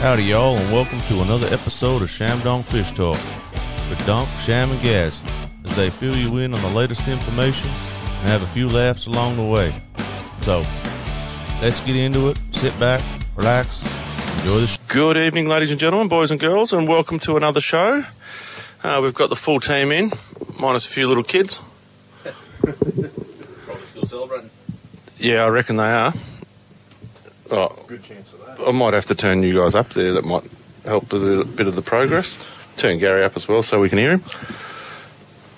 Howdy, y'all, and welcome to another episode of Sham Dong Fish Talk with Donk, Sham, and Gaz as they fill you in on the latest information and have a few laughs along the way. So, let's get into it. Sit back, relax, enjoy the show. Good evening, ladies and gentlemen, boys and girls, and welcome to another show. Uh, we've got the full team in, minus a few little kids. Probably still celebrating. Yeah, I reckon they are. Oh, Good chance of that. I might have to turn you guys up there. That might help with a bit of the progress. Turn Gary up as well so we can hear him.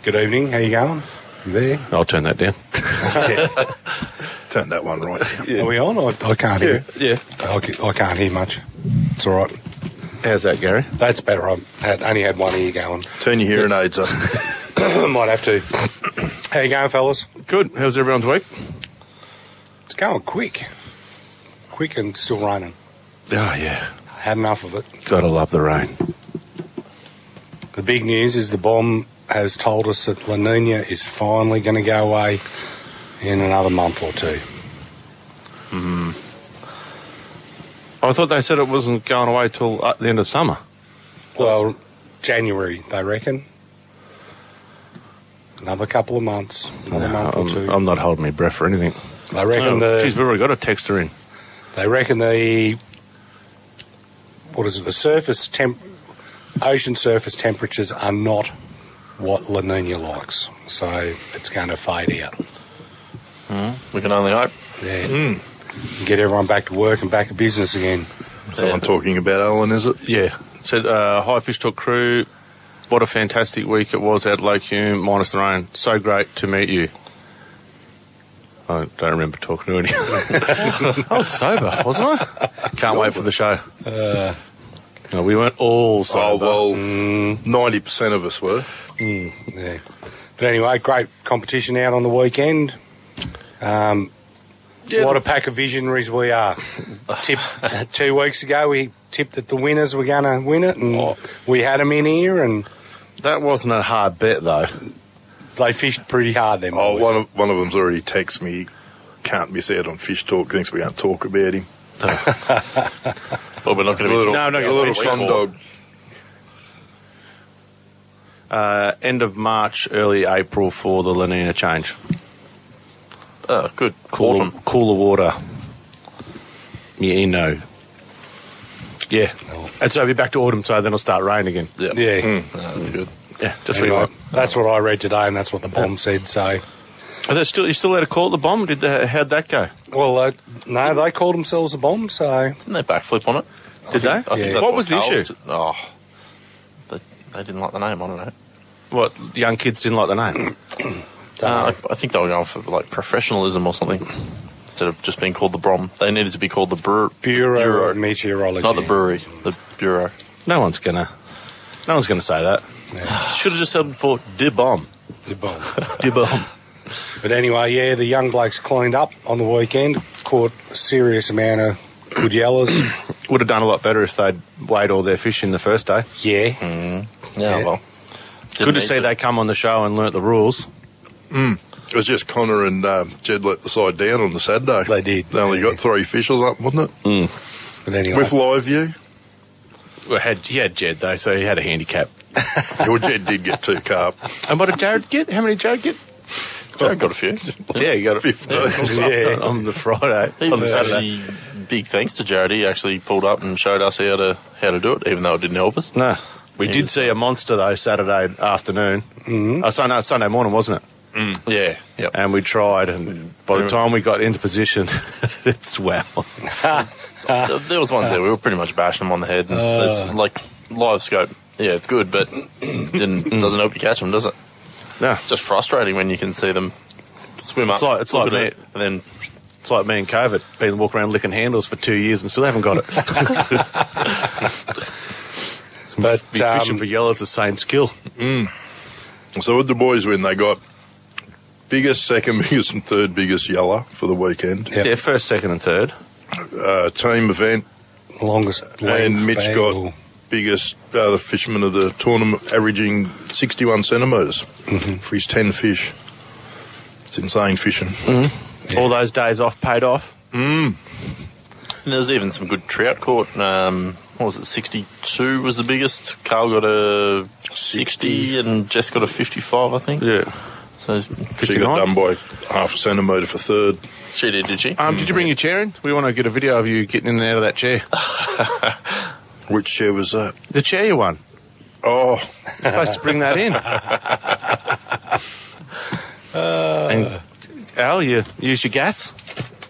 Good evening. How you going? You there? I'll turn that down. Turn that one right down. Are we on? I, I can't hear. yeah. I, ca- I can't hear much. It's all right. How's that, Gary? That's better. I had only had one ear going. Turn your hearing aids up. Might have to. How you going, fellas? Good. How's everyone's week? It's going quick, quick and still raining. Oh, yeah. Had enough of it. Gotta love the rain. The big news is the bomb has told us that La Nina is finally going to go away in another month or two. I thought they said it wasn't going away till uh, the end of summer. Well, January they reckon. Another couple of months, another month or I'm, 2 I'm not holding my breath for anything. they reckon Oh, the Jeez, we've already got a texter in. They reckon the what is it? The surface temp, ocean surface temperatures are not what La Nina likes, so it's going to fade out. We can only hope. Yeah. Get everyone back to work and back to business again. Someone talking about Alan, is it? Yeah. Said, uh, hi, Fish Talk crew. What a fantastic week it was at Lake Hume, minus the rain. So great to meet you. I don't remember talking to anyone. I was sober, wasn't I? Uh. Can't wait for the show. no, we weren't all sober. Oh, well, 90% of us were. Yeah. But anyway, great competition out on the weekend. Um, Yeah, what the- a pack of visionaries we are! Tip two weeks ago we tipped that the winners were going to win it, and we had them in here, and that wasn't a hard bet, though. they fished pretty hard. Them Oh, boys. one of, one of them's already texted me. Can't miss out on fish talk. Thinks we can't talk about him. But we're not going to be Little- talking no, about a A little it sun anymore. dog. Uh, end of March, early April for the La Nina change. Oh, good. Cooler, Autumn. cooler water. Yeah, you know. Yeah. And so it'll be back to autumn, so then it'll start rain again. Yeah. Yeah. No, that's good. Yeah, just Anyway, anyway. that's what Mm. I read today, and that's what the bomb said. So, Are they still you still allowed to call it the bomb? Did they, how'd that go? well, uh, no, they called themselves a bomb. So, Didn't they backflip on it? Did they? I think Yeah. that What was the Carl's issue? did- oh, they, they didn't like the name. I don't know. What young kids didn't like the name? Uh, I, I think they were going for like professionalism or something instead of just being called the Brom. They needed to be called the Brew. Bureau, Bureau. of Meteorology. Not the brewery, the Bureau. No one's gonna, no one's gonna say that. Yeah, Should have just said for de bomb, the bomb. de bomb. But anyway, yeah, the young blokes cleaned up on the weekend, caught a serious amount of good yellows. Would have done a lot better if they'd weighed all their fish in the first day. yeah. Yeah, Yeah. Oh, well. Good to didn't see need they come on the show and learnt the rules. It was just Connor and um, Jed let the side down on the Saturday. They did, They only yeah. got three fish or something, wasn't it? But anyway, With live view. Well, had he had Jed though, so he had a handicap. Your Jed did get two carp. And what did Jared get? How many did Jared get? Jared got a few. Yeah, you got a 15 or something. Yeah. on the Friday, He on the was Saturday. actually big thanks to Jared. He actually pulled up and showed us how to how to do it, even though it didn't help us. No, we He did was- see a monster though Saturday afternoon. Mm-hmm. Uh, Sunday, Sunday morning, wasn't it? Yeah, yeah. and we tried, and by the time we got into position, Mm. it's wow. Th- there was ones there we were pretty much bashing them on the head. And Uh. there's, like live scope, yeah, it's good, but didn't, doesn't help you catch them, does it? No, Just frustrating when you can see them swim It's up. like- it's look like at me. it, and then it's like me and COVID, been walking around licking handles for two years and still haven't got it. but Be um, fishing for yellows the same skill. So with the boys win, they got biggest, second biggest, and third biggest yellow for the weekend. Yep. Yeah, first, second, and third. Uh, team event, longest length and Mitch bag got will- biggest, uh, the fisherman of the tournament, averaging 61 centimetres for his 10 fish. It's insane fishing. All those days off paid off. and there was even some good trout caught. Um, what was it, 62 was the biggest. Carl got a 60 and Jess got a 55, I think. Yeah. So She got 59? done by half a centimetre for third. she did, did she? Um, did you bring your chair in? We want to get a video of you getting in and out of that chair. Which chair was that? The chair you won. Oh, You're supposed to bring that in. and Al, you used your gas.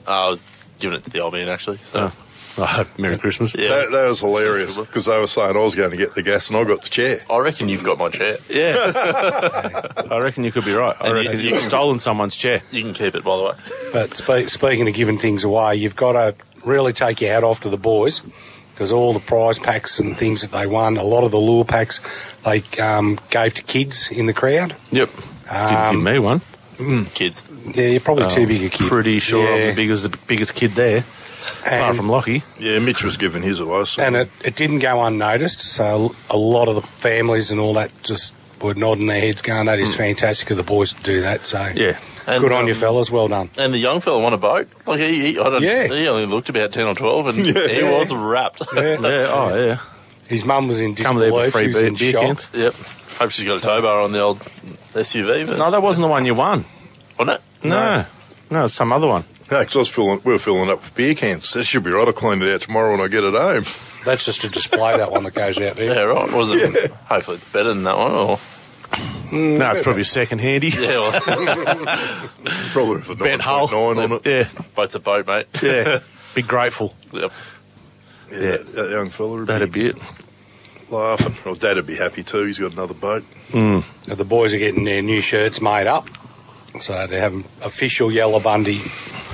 Uh, I was giving it to the old man, actually. So. Oh. Oh, Merry Christmas. Yeah. that, that was hilarious Sensible. because they were saying I was going to get the gas and I got the chair. I reckon you've got my chair. Yeah. I reckon you could be right. I And you- reckon you you've can- stolen someone's chair. You can keep it, by the way. But spe- speaking of giving things away, you've got to really take your hat off to the boys because all the prize packs and things that they won, a lot of the lure packs they um, gave to kids in the crowd. Yep. Didn't give me one. Hmm. Kids. Yeah, you're probably too big a kid. Oh, Pretty sure I'm Yeah, the biggest, the biggest kid there, apart and- from Lockie. Yeah, Mitch was giving his away. So. And it, it didn't go unnoticed. So a lot of the families and all that just were nodding their heads, going, "That is fantastic of the boys to do that." So Hmm. Yeah. And, good on you, um, fellas. Well done. And the young fella won a boat. Like he, he I don't. Yeah. He only looked about ten or twelve, and he Yeah. was wrapped. Yeah. Oh, yeah. His mum was in Come there for disbelief. She free was beer, in beer shock. cans. yep. Hope she's got a tow bar on the old SUV. But, No, that wasn't the one you won. wasn't it? No. No, it's some other one. No, 'cause I was filling, we were filling up with beer cans. That should be right. I'll clean it out tomorrow when I get it home. That's just a display. that one that goes out there. Yeah, right. Was it? Hopefully, it's better than that one. Or No, it's probably second handy. yeah, well, Probably with a Bent hole. 9.9 on it. Yeah. boat's a boat, mate. Yeah. Be grateful. Yep. Yeah, That, that young fella would That'd be be it. laughing. Well, Dad'd be happy too. He's got another boat. Now, The boys are getting their new shirts made up. So they have official Yellow Bundy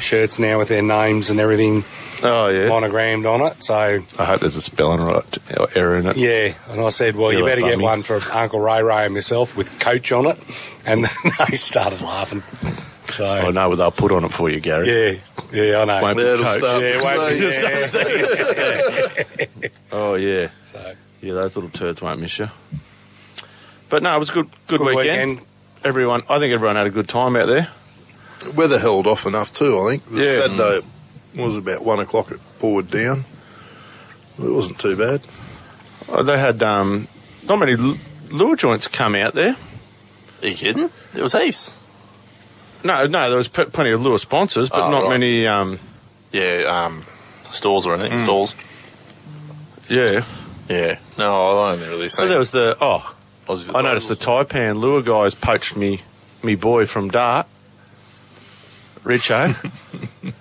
shirts now with their names and everything Oh, yeah. monogrammed on it. So, I hope there's a spelling right error in it. yeah. And I said, well, you Yellow better get Bundy. one for Uncle Ray Ray and myself with coach on it. And they started laughing. So, I know what Oh, they'll put on it for you, Gary. yeah. Yeah, I know. Won't be That'll Coke. start yeah, to won't be- say- yeah. Oh yeah, So, yeah. Those little turds won't miss you. But no, it was a good, good, good weekend. weekend. Everyone, I think everyone had a good time out there. Weather held off enough too, I think. It was Yeah. Saturday it was about one o'clock it poured down. It wasn't too bad. Oh, They had um, not many l- lure joints come out there. Are you kidding? There was heaps. No, no, there was p- plenty of lure sponsors, but Oh, not right. many. Um, Yeah. Um, stalls or Mm. anything. Stalls. yeah, Yeah. No, I only really so seen. there was the. Oh, I, was- I noticed the Taipan lure guys poached me, me boy from Dart, Richo.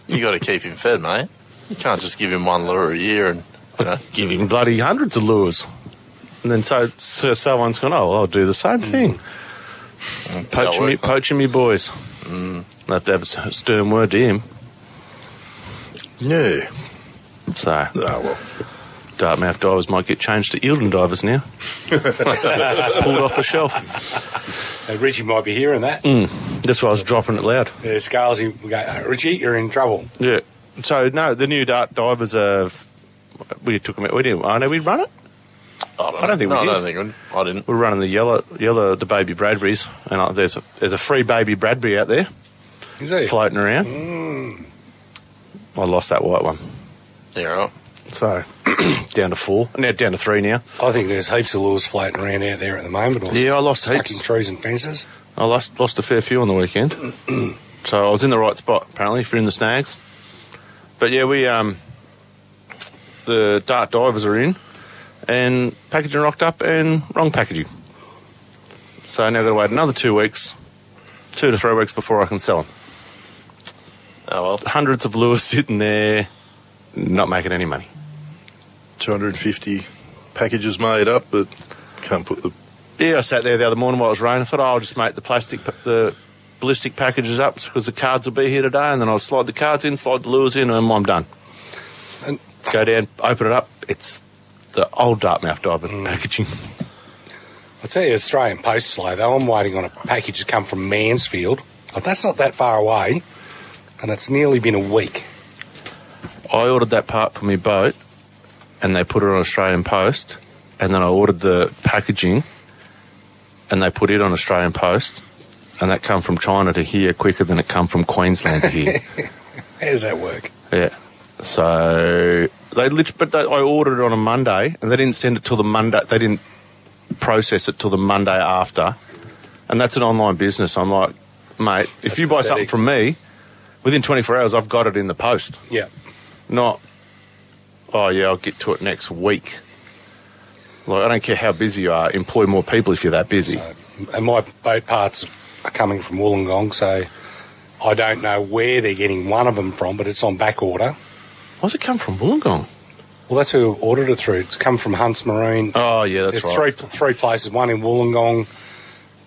You got to keep him fed, mate. You can't just give him one lure a year and you know. give him bloody hundreds of lures. And then so, so someone's gone, oh, I'll do the same thing. Mm. Poaching how it me, works, Mm. mate. poaching me boys. I'll have to have a s- stern word to him. Yeah. So, Ah, well. Dartmouth divers might get changed to Eildon divers now. Pulled off the shelf. Now, Uh, Richie might be hearing that. Mm. That's why I was dropping it loud. The scales, he we go, "Oh, Richie, you're in trouble. Yeah. So, no, the new Dart divers are. We took them out. We didn't. I know we run it. I don't, I don't think no, we I don't think we- I didn't. We're running the yellow, yellow, the baby Bradburys, and uh, there's a, there's a free baby Bradbury out there Is he? floating around. Mm. I lost that white one. Yeah. Right. So down to four. Now down to three now. I think there's heaps of lures floating around out there at the moment. Or Yeah, I lost stuck heaps. in trees and fences. I lost lost a fair few on the weekend. so I was in the right spot apparently if you're in the snags. But yeah, we um the dart divers are in and packaging rocked up and wrong packaging. So now I've got to wait another two weeks, two to three weeks before I can sell them. Oh well. Hundreds of lures sitting there, not making any money. Two hundred and fifty packages made up, but can't put the Yeah, I sat there the other morning while it was raining. I thought, oh, I'll just make the plastic, the ballistic packages up because the cards will be here today, and then I'll slide the cards in, slide the lures in, and I'm done. And- Go down, open it up. It's the old Dartmouth diver packaging. I tell you, Australian Post slow though. I'm waiting on a package to come from Mansfield. Oh, that's not that far away, and it's nearly been a week. I ordered that part for my boat, and they put it on Australian Post, and then I ordered the packaging, and they put it on Australian Post, and that come from China to here quicker than it come from Queensland to here. How does that work? Yeah. So they lit, but they, I ordered it on a Monday, and they didn't send it till the Monday. They didn't process it till the Monday after, and that's an online business. I'm like, mate, if That's you buy pathetic. something from me, within 24 hours, I've got it in the post. Yeah. Not, oh yeah, I'll get to it next week. Like I don't care how busy you are, employ more people if you're that busy. And my boat parts are coming from Wollongong, so I don't know where they're getting one of them from, but it's on back order. Why's it come from Wollongong? Well, that's who ordered it through. It's come from Hunts Marine. Oh yeah, that's There's right. three three places. One in Wollongong,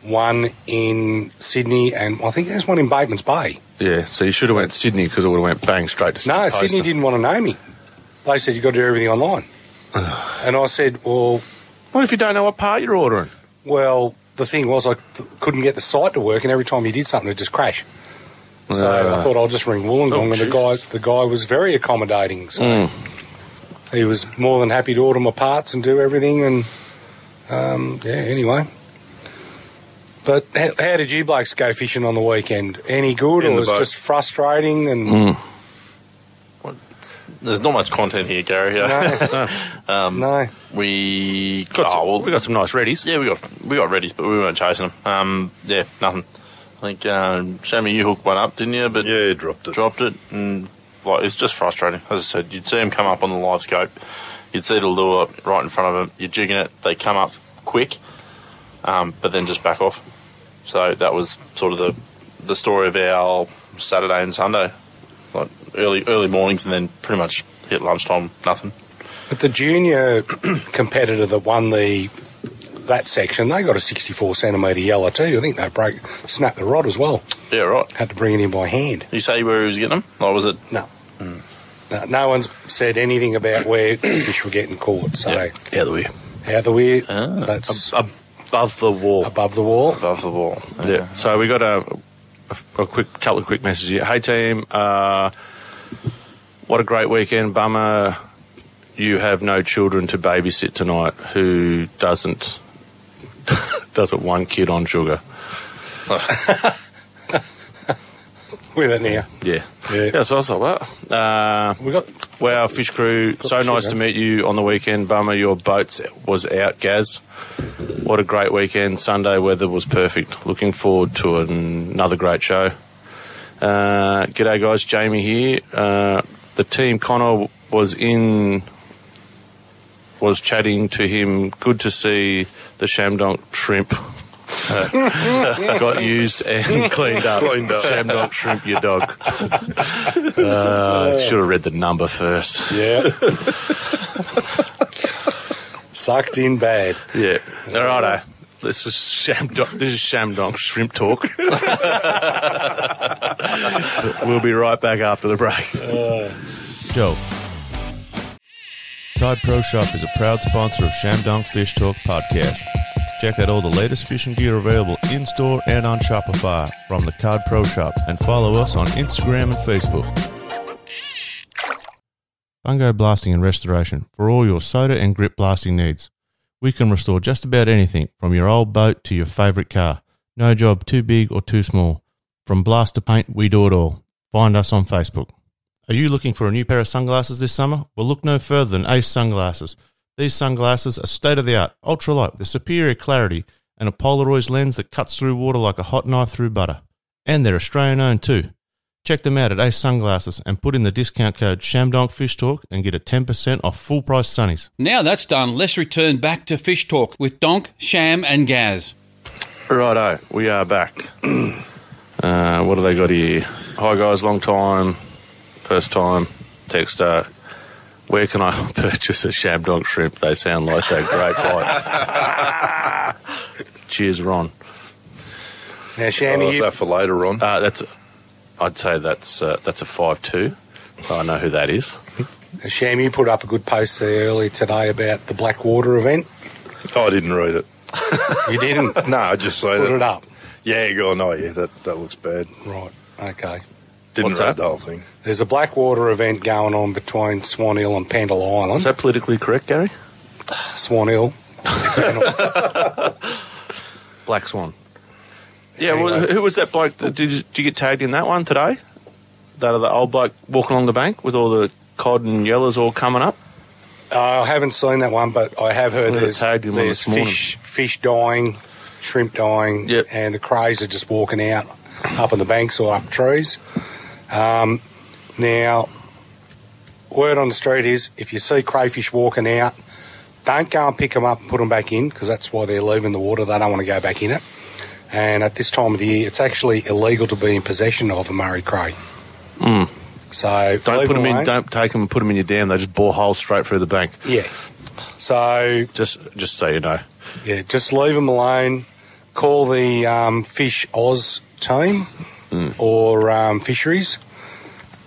one in Sydney, and I think there's one in Bateman's Bay. Yeah, so you should have went Sydney because it would have went bang straight to Sydney. No, Sydney didn't want to know me. They said you've got to do everything online, and I said, well, What if you don't know what part you're ordering? well. The thing was, I th- couldn't get the site to work, and every time you did something, it just crashed. So I Uh, thought I'll just ring Wollongong, Oh, and the guy Jesus. the guy was very accommodating. So Hmm. he was more than happy to order my parts and do everything. And um, yeah, anyway. But how, how did you blokes go fishing on the weekend? Any good, or In the was it boat. Hmm. just frustrating? And Mm. There's not much content here, Gary. Yeah. um, no, We got oh, some, well, we got some nice readies. yeah, we got we got readies, but we weren't chasing them. Um, yeah, nothing. I think um, Shammy, you hooked one up, didn't you? But Yeah, dropped it. dropped it, and like it's just frustrating. As I said, you'd see them come up on the live scope, you'd see the lure right in front of them, you're jigging it, they come up quick, um, but then just back off. So that was sort of the the story of our Saturday and Sunday, like early early mornings, and then pretty much hit lunchtime, nothing. but the junior competitor that won the that section, they got a sixty-four centimetre yellow too. I think they broke, snapped the rod as well. Yeah, right. Had to bring it in by hand. You say where he was getting them? Or was it? No. No, no one's said anything about where fish were getting caught. So Yeah, the way how the weir Ah. that's above the wall. above the wall. Above the wall. Yeah. So we got a, a, a quick couple of quick messages. Here. Hey team, uh, what a great weekend. Bummer you have no children to babysit tonight. Who doesn't doesn't one kid on sugar? With it now. Yeah. Yeah. Yeah. So I was like, what? Uh, We got Wow, fish crew, so sugar. nice to meet you on the weekend. Bummer your boats was out, Gaz. What a great weekend. Sunday weather was perfect. Looking forward to another great show. Uh, g'day, guys. Jamie here. Uh, the team Connor was in, was chatting to him. Good to see the Shamdonk shrimp. uh, got used and cleaned up. Cleaned up. Shamdonk shrimp, your dog. Uh, should have read the number first. yeah. Sucked in bad. Yeah. All right. eh? This is sham. This is sham dog shrimp talk. we'll be right back after the break. Joe. Cod Pro Shop is a proud sponsor of Shamdong Fish Talk podcast. Check out all the latest fishing gear available in store and on Shopify from the Cod Pro Shop and follow us on Instagram and Facebook. Fungo Blasting and Restoration for all your soda and grip blasting needs. We can restore just about anything from your old boat to your favorite car. No job too big or too small. From blast to paint, we do it all. Find us on Facebook. Are you looking for a new pair of sunglasses this summer? Well, look no further than Ace Sunglasses. These sunglasses are state of the art, ultralight with superior clarity and a Polaroid lens that cuts through water like a hot knife through butter. And they're Australian owned too. Check them out at Ace Sunglasses and put in the discount code ShamDonkFishTalk and get a 10% off full price sunnies. Now that's done, let's return back to Fish Talk with Donk, Sham, and Gaz. Righto, we are back. Uh, what have they got here? Hi guys, long time, first time texter. Where can I purchase a sham dog shrimp? They sound like they're great bite. Cheers, Ron. Now Oh, Shammy, is you, that for later on. Uh, that's, I'd say that's uh, that's a five two. I know who that is. Shammy, you put up a good post there earlier today about the Blackwater event. Oh, I didn't read it. You didn't No, I just said put it. it up. Yeah, go on. Oh, yeah, that, that looks bad. Right. Okay. Didn't What's read that? the whole thing. There's a Blackwater event going on between Swan Hill and Pendle Island. Is that politically correct, Gary? Swan Hill. Black Swan. Yeah, well, Anyway. who was that bloke? that- Did you, did you get tagged in that one today? That other old bloke walking along the bank with all the cod and yellers all coming up. Uh, I haven't seen that one, but I have heard Well, there's, it's hard to do one there's this morning. fish, fish dying, shrimp dying, Yep. and the crays are just walking out up on the banks or up trees. Um, now, word on the street is if you see crayfish walking out, don't go and pick them up and put them back in because that's why they're leaving the water. They don't want to go back in it. And at this time of the year, it's actually illegal to be in possession of a Murray cray. Mm. So Don't leave put them in. alone. Don't take them and put them in your dam. They just bore holes straight through the bank. Yeah. So Just, just so you know. Yeah, just leave them alone. Call the um, Fish Oz team or um, fisheries,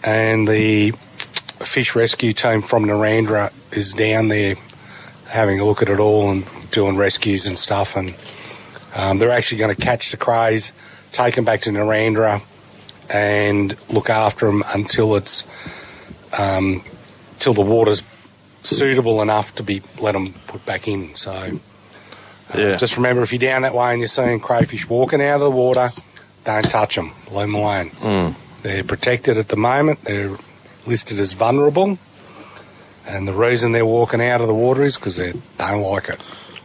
and the fish rescue team from Narandra is down there having a look at it all and doing rescues and stuff. And um, they're actually going to catch the crays, take them back to Narandra, and look after them until it's um, till the water's suitable enough to be let them put back in. So. Yeah. Just remember, if you're down that way and you're seeing crayfish walking out of the water, don't touch them. Leave them alone. They're protected at the moment. They're listed as vulnerable. And the reason they're walking out of the water is because they don't like it.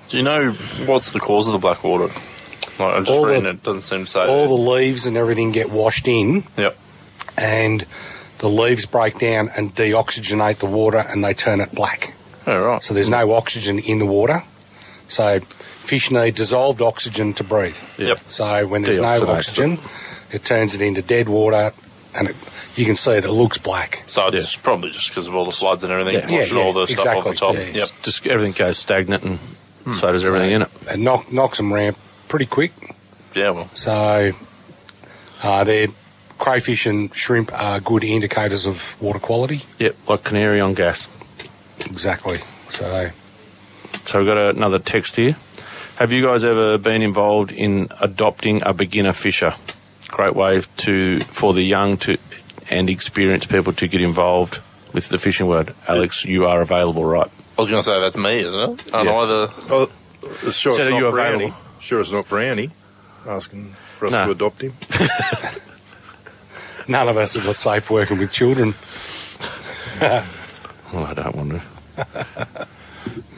Do you know what's the cause of the black water? Like, I'm just All the- reading it. Doesn't seem to say. All the leaves and everything get washed in. Yep. And the leaves break down and deoxygenate the water and they turn it black. Yeah, right. So there's no oxygen in the water. So fish need dissolved oxygen to breathe. Yep. So when there's no Deoxygenates oxygen, it. turns it into dead water, and it, you can see it, it looks black. So it's probably just because of all the floods and everything, Yeah. washing Yeah, all the yeah, stuff off the top. exactly. Yeah. Yep. Just everything goes stagnant, and so does everything in it. It knock, knocks them ramp pretty quick. Yeah. Well. So uh, they're crayfish and shrimp are good indicators of water quality. Yep, like canary on gas. Exactly. So So we've got another text here. Have you guys ever been involved in adopting a beginner fisher? Great way to for the young to and experienced people to get involved with the fishing world. Alex, you are available, right? I was going to say that's me, isn't it? And Yeah. either Oh, sure So it's are you not Brownie. available? Sure it's not Brownie asking for us No. to adopt him. none of us have got safe working with children. Well, Oh, I don't want to.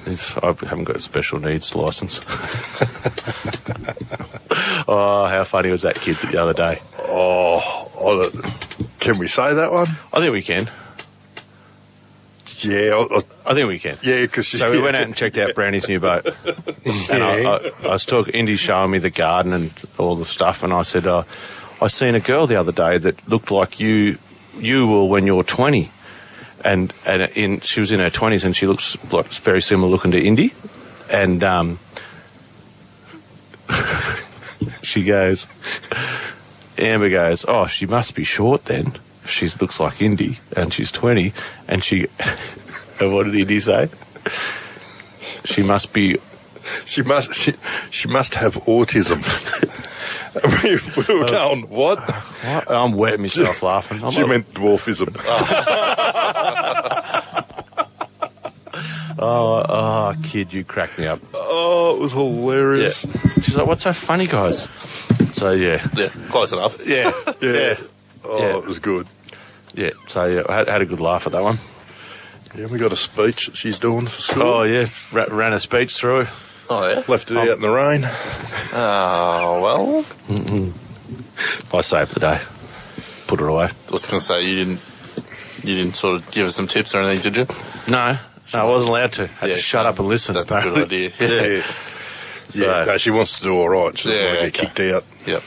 It's, I haven't got a special needs license. oh, how funny was that kid the other day? Oh, I don't- can we say that one? I think we can. Yeah, I, I, I think we can. yeah, because So we went out and checked out Brownie's new boat. And I, I, I was talking, Indy showing me the garden and all the stuff, and I said, uh, I seen a girl the other day that looked like you, you will when you're 20. And, and in, she was in her 20s and she looks like very similar looking to Indy. And um, she goes, Amber goes, Oh, she must be short then. She looks like Indy and she's 20. And she, and what did Indy say? She must be She must she, she must have autism. we, we were Oh. going, what? What? I'm wetting myself laughing. I'm she like, meant dwarfism. oh, oh, kid, you cracked me up. oh, it was Yeah. hilarious. She's like, what's so funny, guys? So, yeah. yeah, close enough. Yeah. Yeah. Yeah. Oh, Yeah. it was good. Yeah. So, yeah, I had, had a good laugh at that one. Yeah, we got a speech that she's doing for school. Oh, yeah. Ra- ran a speech through. Oh yeah. Left it out in the rain. Oh well. I saved the day. Put it away. I was going to say you didn't. You didn't sort of give us some tips or anything, did you? No. No, I wasn't allowed to. had Yeah, to shut up and listen. That's a good idea. Yeah. Yeah. Yeah, So- no, she wants to do all right. She doesn't Yeah, want to get okay. kicked out. Yep.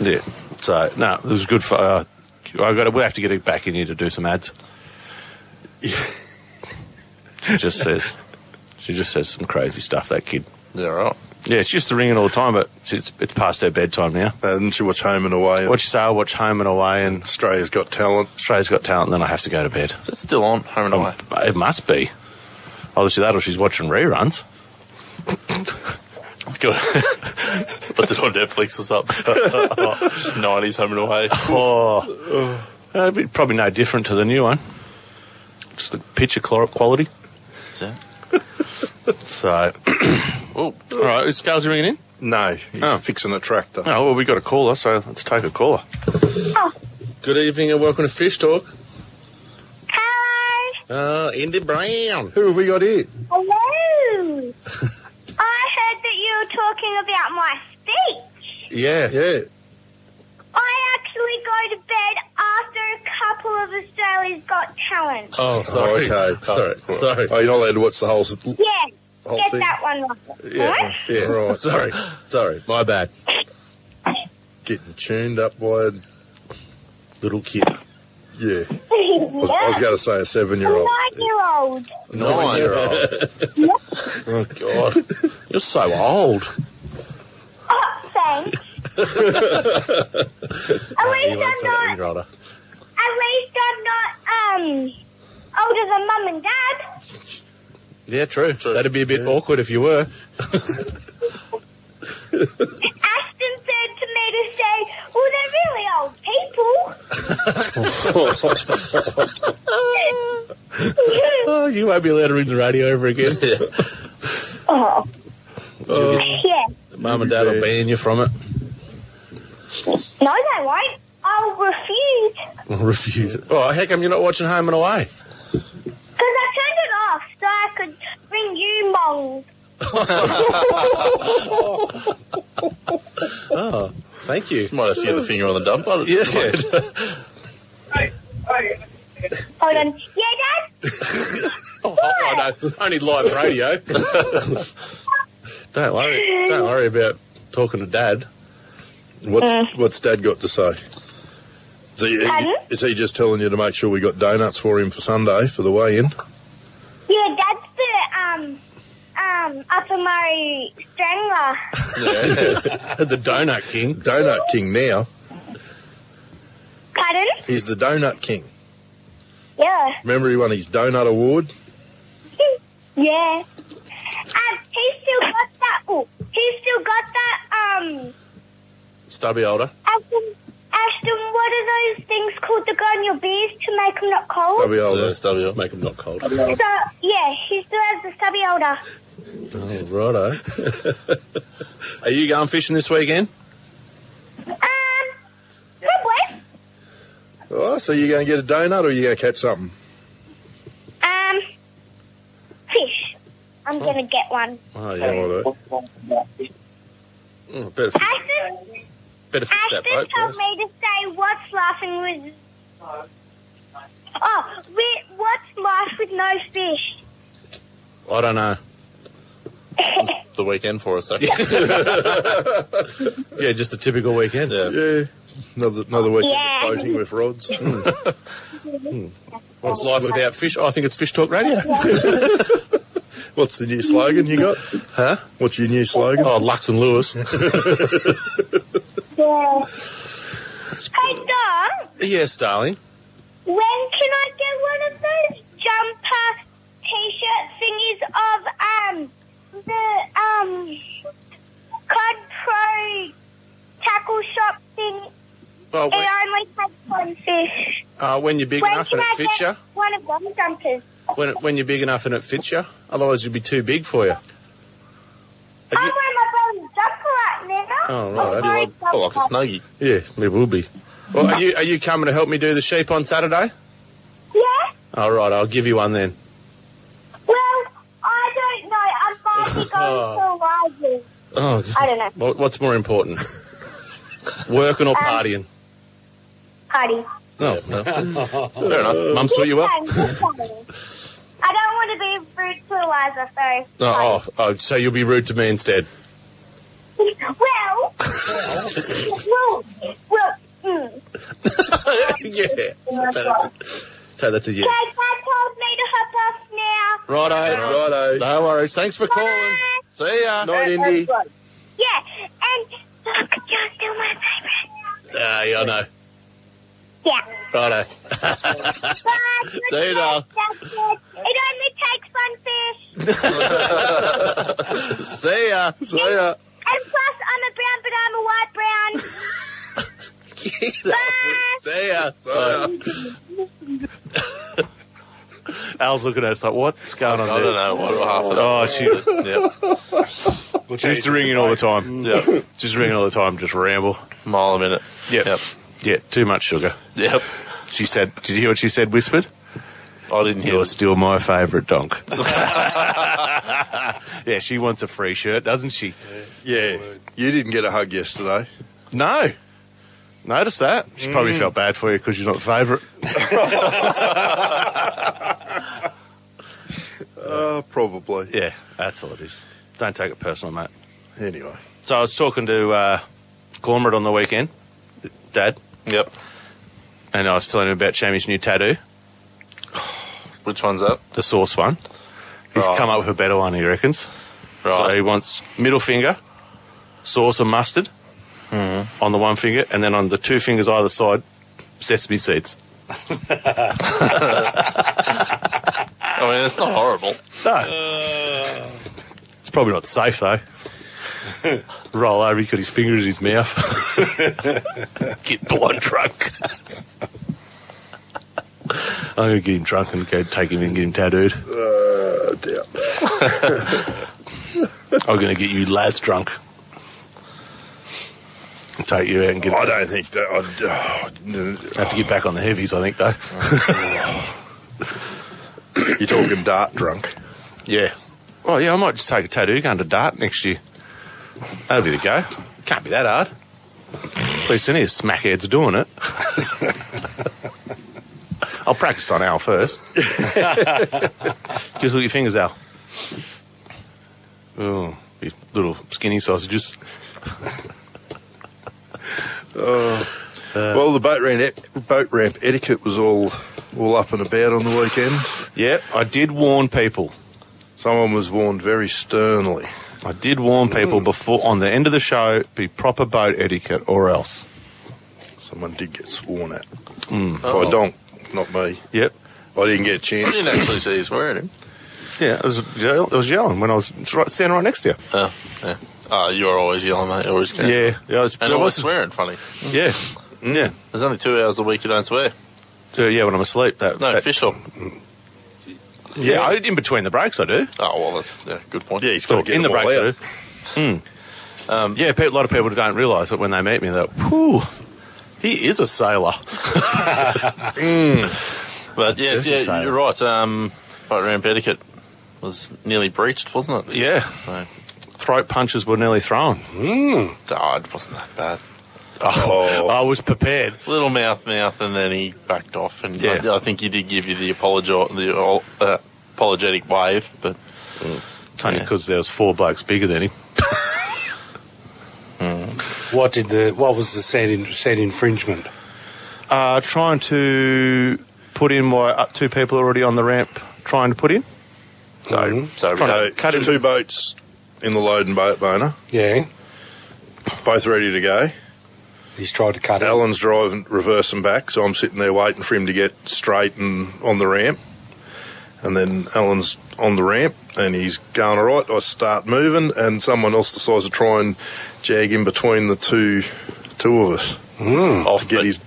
Yeah. So, no, it was good for. Uh, I got. We have to get it back in here to do some ads. she just says, she just says some crazy stuff. That kid. Yeah. Right. Yeah, she used to ring it all the time, but it's it's past her bedtime now. And she watch Home and Away. And What she say? I watch Home and Away and Australia's Got Talent. Australia's Got Talent, and then I have to go to bed. Um, Is it still on? Home and away. It must be. Obviously, that or she's watching reruns. It's good. What's it on Netflix or something? Just nineties Home and Away. Oh, it'd be probably no different to the new one. Just the picture cl- quality. So, Oh, all right, is Scales ringing in? No, he's Oh. fixing a tractor. Oh, well, we got a caller, so let's take a caller. Good evening and welcome to Fish Talk. Hello. Uh, Andy Brown. Who have we got here? Hello. I heard that you were talking about my speech. Yeah. Yeah. I actually go to bed after a couple of Australia's Got Talent. Oh, sorry. okay. Sorry. Sorry. Oh, you're not allowed to watch the whole, s- whole Yeah, get thing? that one right. Yeah. Right? Yeah. Right. Sorry. Sorry. My bad. Getting tuned up by, a- Little kid. yeah. I was, I was yeah. going to say a seven year old. Nine-year-old. Nine year old. Oh, God. You're so old. Oh, thanks. at You least won't say that I'm any not. older. At least I'm not um older than mum and dad. Yeah, true. That'd be a bit awkward if you were. Ashton said to me to say, "Well, they're really old people." Oh, you won't be allowed to ring the radio ever again. oh, yeah. Mum and Dad will ban you from it. No, they won't. I'll refuse Refuse it. Oh, how come you're not watching Home and Away? because I turned it off so I could bring you moles. Thank you. Might have to get the finger on the dump. Yeah. Hold on. Yeah, Dad. oh, no. Only live radio. don't worry. Don't worry about talking to Dad. What's, what's Dad got to say? Is he, Uh. Pardon? is he just telling you to make sure we got donuts for him for Sunday for the weigh in? Yeah, Dad's the um um Upper Murray Strangler. the Donut King. Donut King now. Pardon? He's the Donut King. Yeah. Remember he won his Donut Award? Yeah. Um, he's still got that. Oh, he's still got that. Um, Stubby older. Ashton, Ashton, what are those things called that go on your beers to make them not cold? Stubby old. Yeah, stubby older. Make him not cold. So yeah, he still has the stubby older. Oh, righto. Are you going fishing this weekend? Um, probably. Oh, so you're going to get a donut or you going to catch something? Um, fish. I'm gonna get one. Oh, Yeah, all right. Mm, better, fi- Ashton, better fix that Ashton boat told first. me to say what's laughing with. Oh, we, what's life with no fish? I don't know. The weekend for us, eh? Yeah, just a typical weekend. Yeah. Yeah. Another, another week Yeah. of boating with rods. Hmm. What's life without fish? Oh, I think it's Fish Talk Radio. What's the new slogan you got? Huh? What's your new slogan? Oh, Lux and Lewis. Yeah. Hey, Dom, yes, darling. when can I get one of those jumper t-shirt thingies of um the um Cod Pro tackle shop thing? Oh, It when, only takes one fish. uh, when you're big when enough can and I it fits get you. one of them jumpers? When, it, when you're big enough and it fits you. Otherwise, you'd be too big for you. I'm you- wearing my brother's jumper right now. Oh, right. I'm Do you wearing Oh, like a jumper. snuggie. Yeah, it will be. Well, are you are you coming to help me do the sheep on Saturday? Yeah. All right, I'll give you one then. Well, I don't know. I might be going to a library. Oh, I don't know. what- what's more important, working or Um, partying? Party. No, no. fair enough. Mum's taught you well. Thanks, thanks. I don't want to be rude to Eliza, sorry. Oh, oh, oh, so you'll be rude to me instead. Well, well, well, mm. yeah. So that's, a, so that's a yeah. Okay, Dad told me to hop off now. Righto, righto. No worries. Thanks for calling. Bye. See ya. Night, Indy. Yeah, and look, you're still my favourite. Ah, yeah, I know. Yeah. Righto. Bye. See you, doll. That's it. It only takes one fish. See ya. See ya. And plus, I'm a brown, but I'm a white brown. Bye. See ya. Al's looking at us like, what's going on I there? don't know what half of that. Oh, she Yeah, We'll she used to ring in all the time. yeah, Just ring in all the time, just ramble. mile a minute. Yep. Yep. Yeah, too much sugar. Yep. She said, did you hear what she said whispered? I didn't hear. You're still my favourite donk. yeah, she wants a free shirt, doesn't she? Yeah. You didn't get a hug yesterday. No. Notice that. She probably Mm. felt bad for you because you're not the favourite. Uh, probably. Yeah, that's all it is. Don't take it personal, mate. Anyway. So I was talking to uh, Cormorant on the weekend, Dad, Yep. and I was telling him about Shammy's new tattoo, Which one's that? the source one. He's Right. come up with a better one, he reckons. So he Right. wants middle finger, sauce and mustard Hmm. on the one finger, and then on the two fingers either side, sesame seeds. I mean, it's not horrible. No. it's probably not safe, though. Roll over, he got his finger in his mouth. get blind drunk. I'm going to get him drunk and go take him and get him tattooed. Uh, I'm going to get you lads drunk. Take you out and get. I don't think that. I'd, uh, Have to get back on the heavies, I think, though. you're talking dart drunk. Yeah. Well, yeah, I might just take a tattoo gun to Dart next year. That'll be the go. Can't be that hard. At least any of these smackheads are doing it. I'll practice on Al first. just look at your fingers, Al. Oh, these little skinny sausages. well, the boat ramp, boat ramp etiquette was all all up and about on the weekend. Yep, I did warn people. Someone was warned very sternly. I did warn people before on the end of the show, be proper boat etiquette or else. Someone did get sworn at Hmm. Oh. by Donk, not me. Yep. I didn't get a I chance. didn't actually see you swearing him. Yeah, I was, I was yelling when I was right, standing right next to you. Oh, yeah. Oh, you are always yelling, mate. You always can. Yeah, yeah, it's, And it always was- swearing, funny. Yeah, yeah, There's only two hours a week you don't swear. So, yeah. When I'm asleep, that, No, that- fish up. Yeah, I, in between the breaks, I do. Oh, well, that's yeah, good point. Yeah, he's got to get in the them all breaks, I do. out. Hmm. yeah, pe- a lot of people don't realise it when they meet me. They're, like, whew, he is a sailor. But yes, Yeah, yeah, so- you're right. Um, boat ramp etiquette was nearly breached, wasn't it? Yeah, So, throat punches were nearly thrown. oh, it wasn't that bad. Oh, I was prepared. Little mouth, mouth, and then he backed off. And Yeah. I, I think he did give you the apologi- the uh, apologetic wave, but It's only Yeah. because there was four blokes bigger than him. What did the what was the said in, said infringement? Uh, trying to put in my uh, two people already on the ramp. Trying to put in. So so, So, Cut him. two boats in the load and boat boner, yeah, both ready to go. he's tried to cut it. Alan's driving, reversing back, so I'm sitting there waiting for him to get straight and on the ramp. And then Alan's on the ramp and he's going all right. I start moving, and someone else decides to try and jag in between the two two of us Hmm. off to get but- his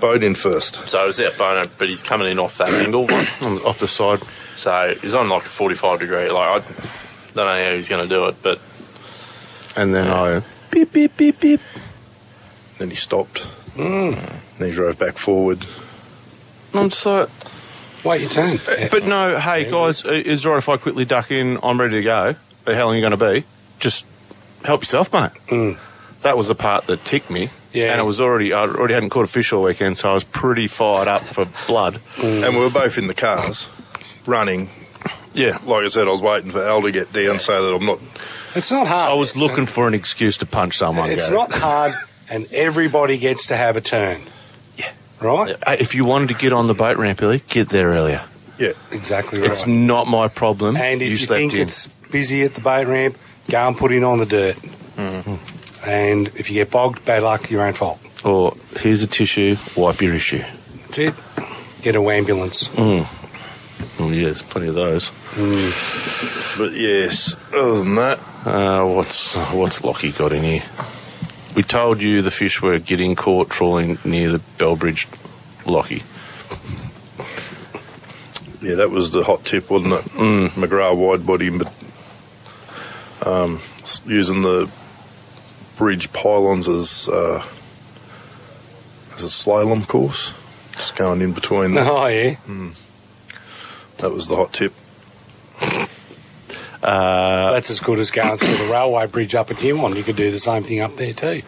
boat in first. So it was out Bono, but he's coming in off that angle. I'm off the side. So he's on like a 45 degree. Like, I don't know how he's going to do it, but And then I beep beep beep beep. Then he stopped. Then he drove back forward. I'm just like, Wait your turn. but no, hey guys, it- it's right if I quickly duck in. I'm ready to go. But how long are you going to be? Just help yourself, mate. Mm. That was the part that ticked me. Yeah. And it was already I already hadn't caught a fish all weekend, so I was pretty fired up for blood. And we were both in the cars running. Yeah. Like I said, I was waiting for Al to get down so that I'm not. It's not hard. I was looking for an excuse to punch someone. It's Gary. not hard, and everybody gets to have a turn. Yeah. Right. Hey, Uh, if you wanted to get on the boat ramp early, get there earlier. Yeah. Exactly right. It's not my problem. and if you, slept think in. it's busy at the boat ramp, go and put in on the dirt. Mm-hmm. And if you get bogged, bad luck, your own fault. or here's a tissue, wipe your issue. That's it. Get a ambulance. Mm. Oh yeah, there's plenty of those. But yes, other than that, Uh, what's what's Lockie got in here? We told you the fish were getting caught trawling near the Bellbridge Lockie. Yeah, that was the hot tip, wasn't it? Mm. McGrath wide body, but um, s- using the bridge pylons as uh, as a slalom course, just going in between. Oh, yeah. That was the hot tip. Uh, That's as good as going through the railway bridge up at Newmont. You could do the same thing up there too.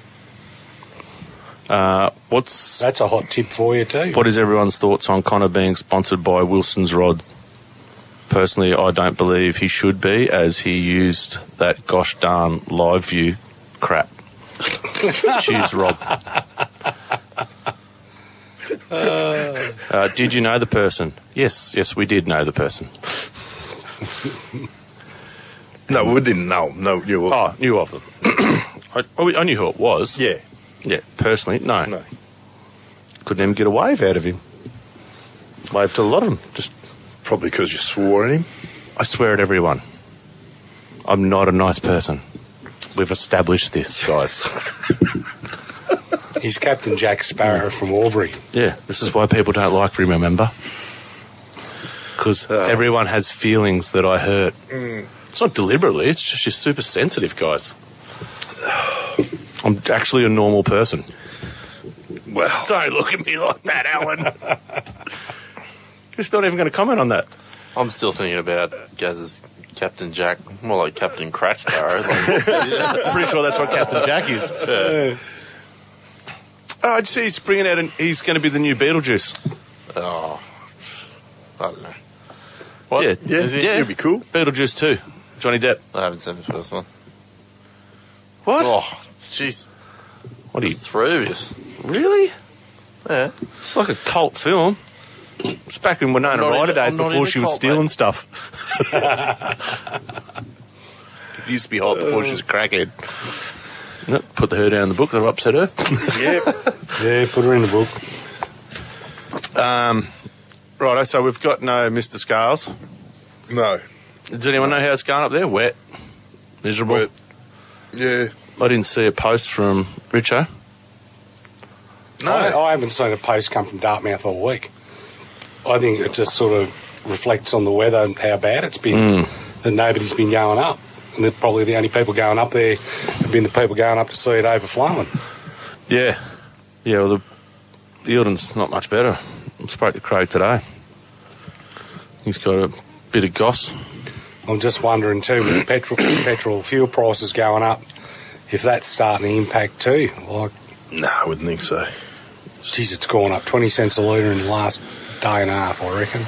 Uh, what's That's a hot tip for you too. what is everyone's thoughts on Connor being sponsored by Wilson's Rod? Personally, I don't believe he should be, as he used that gosh darn live view crap. Cheers, Rob. Uh, did you know the person? Yes, yes, we did know the person. No, we didn't know. No, you were. Oh, knew of them. I, oh, I knew who it was. Yeah. Yeah, personally, no. No. Couldn't even get a wave out of him. Waved to a lot of them. Just, Probably because you swore at him. I swear at everyone. I'm not a nice person. We've established this, guys. He's Captain Jack Sparrow from Albury. yeah, this is why people don't like Rim, remember? Because Ah. everyone has feelings that I hurt. Mm. It's not deliberately, it's just you're super sensitive, guys. I'm actually a normal person. Well, Don't look at me like that, Alan. Just not even going to comment on that. I'm still thinking about Gaz's Captain Jack, more like Captain Crack Sparrow. Like, Pretty sure that's what Captain Jack is. Oh, I see he's bringing out, an, he's going to be the new Beetlejuice. oh, I don't know. What? Yeah, yeah, Is he- yeah. it'd be cool. Beetlejuice 2, Johnny Depp. I haven't seen the first one. What? Oh, jeez. what are you, Three of us. really? Yeah. It's like a cult film. It's back in Winona I'm not Ryder in- days I'm not in before a she was cult, stealing mate. stuff. it used to be hot before she was a crackhead. Nope, put her down in the book, that'll upset her. Yeah, put her in the book. Righto, so we've got no Mr. Scales. No. Does anyone know how it's going up there? Wet. Miserable. Wet. Yeah. I didn't see a post from Richo. No. I, I haven't seen a post come from Dartmouth all week. I think it just sort of reflects on the weather and how bad it's been that nobody's been going up. And that probably the only people going up there have been the people going up to see it overflowing. Yeah. Yeah, well, the Eildon's not much better. I spoke to Craig today. He's got a bit of goss. I'm just wondering too, with petrol petrol fuel prices going up, if that's starting to impact too. Like, no, I wouldn't think so. geez, it's gone up 20 cents a litre in the last day and a half, I reckon.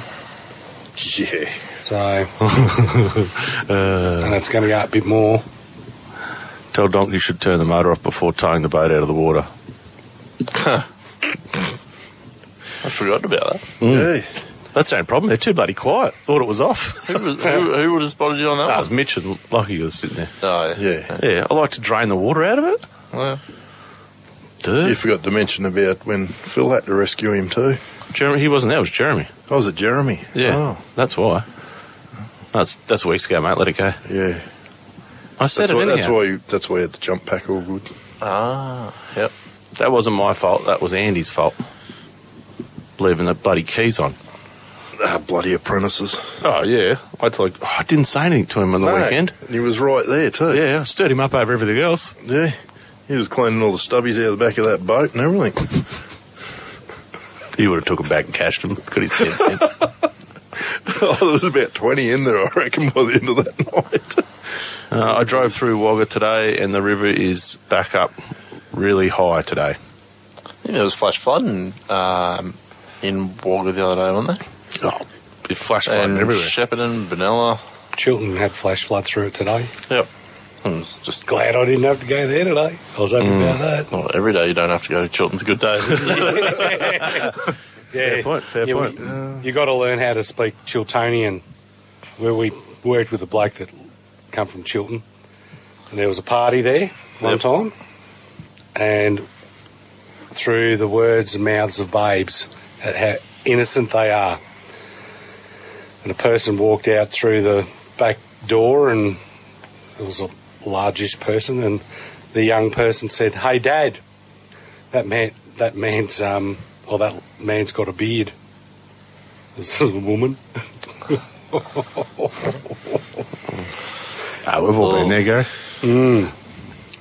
Yeah. So, and it's going to go up a bit more. Uh, Tell Donk you should turn the motor off before towing the boat out of the water. I forgot about that. Yeah. That's the only Mm. problem. They're too bloody quiet. Thought it was off. Who, was, who, who would have spotted you on that That one? was Mitch and Lucky was sitting there. Oh, Ah, Yeah. Yeah, I like to drain the water out of it. Well, You Dude, forgot to mention about when Phil had to rescue him too. Jeremy, he wasn't there. It was Jeremy. Oh, was it Jeremy? Yeah, Oh, that's why. That's that's weeks ago, mate. Let it go. yeah. I said That's it why, that's anyhow. why. You, that's why you had the jump pack all good. ah, yep. That wasn't my fault. That was Andy's fault. Leaving the bloody keys on. Ah, bloody apprentices. Oh yeah, I like oh, I didn't say anything to him on the No, weekend. and He was right there too. Yeah, I stirred him up over everything else. Yeah. He was cleaning all the stubbies out of the back of that boat and everything. He would have took him back and cashed him. Got his ten cents. oh, there was about twenty in there, I reckon, by the end of that night. Uh, I drove through Wagga today, and the river is back up really high today. I think there was flash flooding um, in Wagga the other day, wasn't there? Oh, it flash flooding And everywhere. Shepparton, Benalla. Chilton had flash flood through it today. Yep. It was Hmm, just Glad I didn't have to go there today. I was happy about that. Well, every day you don't have to go to Chilton's a good day. Yeah. Fair point, fair Yeah, point. we- you got to learn how to speak Chiltonian. Where we worked with a bloke that come from Chilton, and there was a party there one time, and through the words and mouths of babes, at how innocent they are, and a person walked out through the back door, and it was a largish person, and the young person said, "Hey, Dad." That man, that man's, um, well, that man's got a beard. This is a woman. Ah, we've all been there, Gary.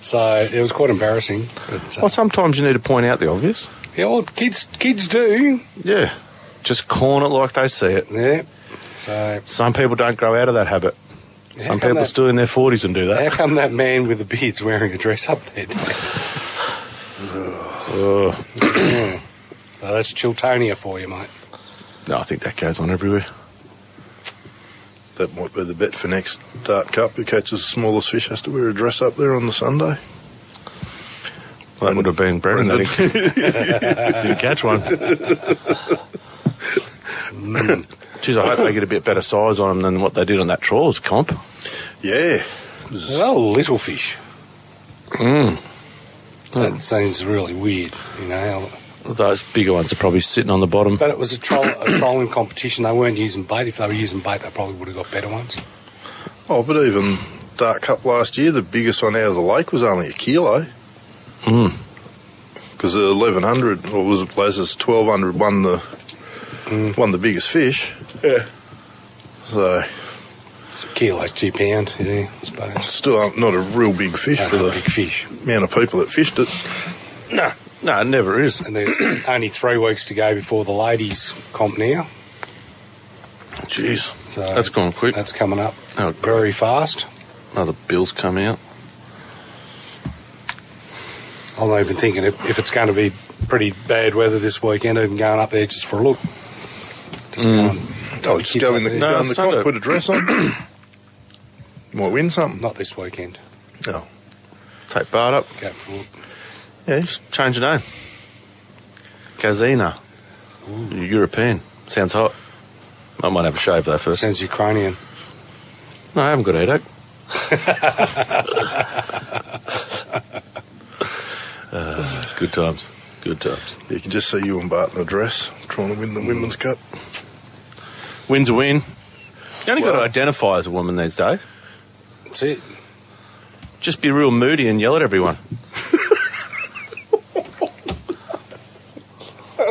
So it was quite embarrassing. But, uh, Well, sometimes you need to point out the obvious. yeah, well, kids, kids do. Yeah. Just corn it like they see it. Yeah, So Some people don't grow out of that habit. how Some come people that, still in their 40s and do that. How come that man with the beard's wearing a dress up there? Ugh. Mm. Well, that's Chiltonia for you, mate. No, I think that goes on everywhere. That might be the bet for next Dart Cup. Who catches the smallest fish has to wear a dress up there on the Sunday. That would have been Brendan. that Brendan. Didn't, didn't catch one. Geez, I hope they get a bit better size on them than what they did on that trawlers comp. yeah. Well, little fish. Mm. That seems really weird, you know. how- Those bigger ones are probably sitting on the bottom. But it was a, troll, a trolling competition. They weren't using bait. If they were using bait, they probably would have got better ones. Oh, but even Dart Cup last year, the biggest one out of the lake was only a kilo. Mm. Because the 1100, or was it Lazarus 1200, won the, Mm. won the biggest fish. Yeah. So, It's a kilo's two pound, yeah, I suppose. still not a real big fish Don't for have the big fish. amount of people that fished it. No, no, it never is. And there's only three weeks to go before the ladies comp now. Jeez, So that's gone quick. That's coming up Oh, very fast. another bill's come out. I'm not even thinking if, if it's going to be pretty bad weather this weekend, even going up there just for a look. Just Mm. Oh, just go in the, Kids up go there. in the No, Sunday. cot, put a dress on. Might win something. Oh, Not this weekend. Take Bart up, Go for a look. Yeah, change your name. Gazina. You're European. Sounds hot. I might have a shave though first. Sounds Ukrainian. No, I haven't got a headache. Uh, good times. Good times. you can just see you and Bart in a dress trying to win the Women's Cup. Win's a win. You only got to Well- identify as a woman these days. That's it. Just be real moody and yell at everyone.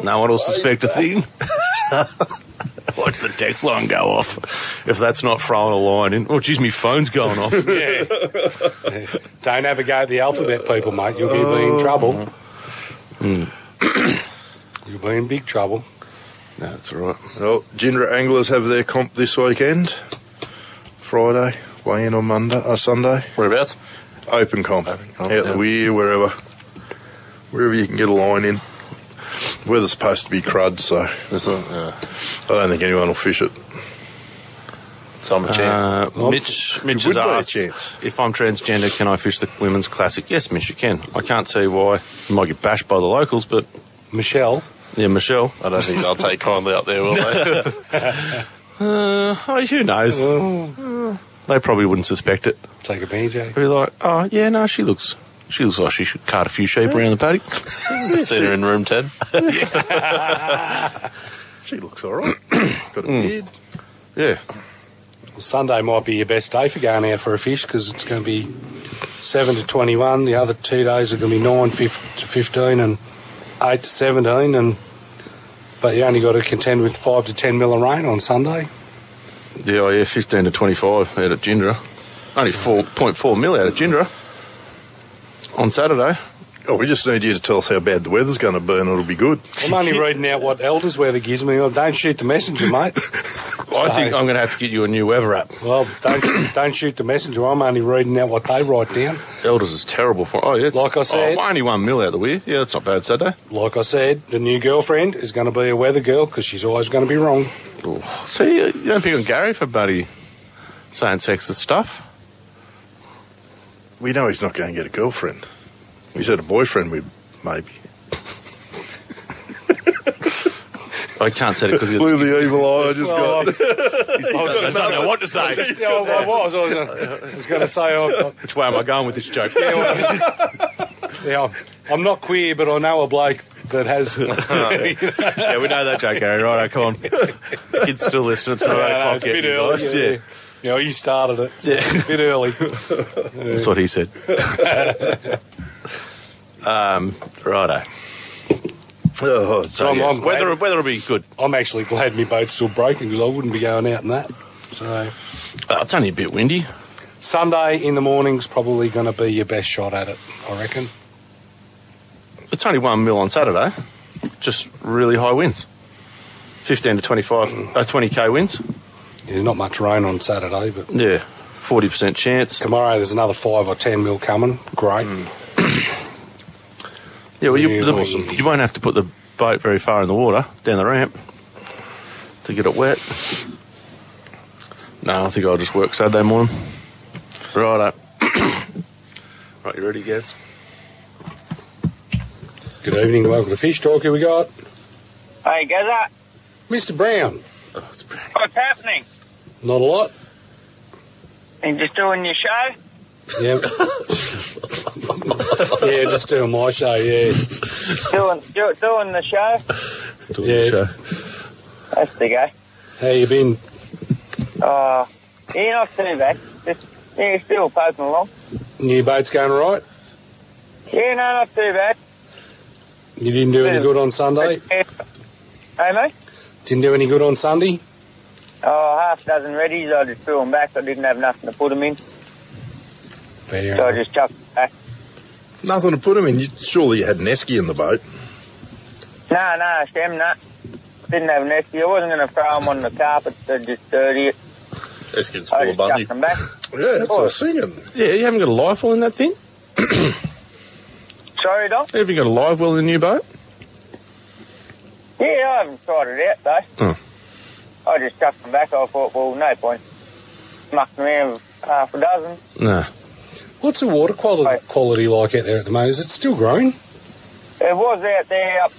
no one will suspect a thing. Watch the text line go off. If that's not throwing a line in, oh, geez, my phone's going off. Yeah. Don't ever go the alphabet, people, mate. You'll be Oh. in trouble. Mm. You'll be in big trouble. no, that's all right. Well, Gindra Anglers have their comp this weekend. Friday, weigh in on Monday, uh, Sunday. Whereabouts? Open comp. Open comp, Out yeah. the weir, wherever. Wherever you can get a line in. Weather's supposed to be crud, so I This one, yeah. don't think anyone will fish it. So I'm a chance. Uh, Well, Mitch, It Mitch would has be a asked chance. if I'm transgender, can I fish the women's classic? Yes, Mitch, you can. I can't see why. You might get bashed by the locals, but Michelle, yeah, Michelle. I don't think they'll take kindly up there, will they? Uh, oh, who knows? Uh, They probably wouldn't suspect it. take a banjo. They'd be like, oh yeah, no, she looks, she looks like she should cart a few sheep around the paddock. I've seen her in room 10. She looks all right. Got a beard. Yeah, Sunday might be your best day for going out for a fish because it's going to be 7 to 21. The other two days are going to be 9 fif- to 15 and 8 to 17. And But you only got to contend with 5 to 10 mil of rain on Sunday. yeah, oh, yeah, fifteen to twenty-five out at Gindra. Only four point four mil out at Gindra on Saturday. Oh, we just need you to tell us how bad the weather's going to be and it'll be good. I'm only reading out what elders weather gives me. Well, Oh, don't shoot the messenger, mate. I think I'm going to have to get you a new weather app. Well, don't don't shoot the messenger. I'm only reading out what they write down. Elders is terrible for. Oh yeah, it's- Like I said- oh, only one mil out of the weir. Yeah, that's not bad Saturday. Like I said, the new girlfriend is going to be a weather girl because she's always going to be wrong. Oh, see, you don't pick on Gary for buddy saying sexist stuff. We know he's not going to get a girlfriend. He's had a boyfriend, we maybe. I can't say it because he's. Blew the evil eye I just got. I don't know what to say. I was. I was, going to say, I'm, Which way am I going with this joke? yeah, I'm not queer, but I know a bloke that has. yeah, we know that joke, Gary. Right, come on. Kids still listening. It's not eight o'clock it's a yet. bit you early. guys. Yeah. Yeah. You know, you started it. It's a bit early. That's what he said. um, righto. Oh, it's- So I'm- yeah, I'm glad- weather, weather will be good. I'm actually glad my boat's still breaking because I wouldn't be going out in that. So Uh, it's only a bit windy. Sunday in the morning's probably going to be your best shot at it, I reckon. It's only one mil on Saturday. Just really high winds. 15 to 25, uh, 20k winds. Yeah, not much rain on Saturday, but Yeah, forty percent chance. tomorrow there's another five or ten mil coming. Great. Yeah, well, you, Yeah, the- awesome. you won't have to put the boat very far in the water down the ramp to get it wet. No, I think I'll just work Saturday morning. Right up. right, you ready, guys? Good evening, welcome to Fish Talk. Here we got Hey, Gazza, Mr. Brown. what's happening? Not a lot. You just doing your show? Yeah. yeah, just doing my show. Yeah, Doing do, doing the show? yeah. That's the go. How you been? Uh, yeah, not too bad. Just, yeah, still poking along. New boat's going all right. Yeah, no, not too bad. You didn't do any good on Sunday. Hey, mate? Didn't do any good on Sunday. Oh, half dozen readies. I just threw them back. I didn't have nothing to put them in, Fair so I enough. just chucked 'em back. Nothing to put him in. You, surely you had an esky in the boat. No, no, Shem, no. Didn't have an esky. I wasn't going to throw them on the carpet. They're just dirty. it. Eskins I full of just bunny. chucked them back. Yeah, that's what I was singing. Yeah, you haven't got a live well in that thing? Sorry, Dom. Have you got a live well in the new boat? Yeah, I haven't tried it out though. Oh. I just chucked them back. I thought, well, no point. Mucked them around with half a dozen. No. What's the water quality Right. quality like out there at the moment? Is it still growing? It was out there up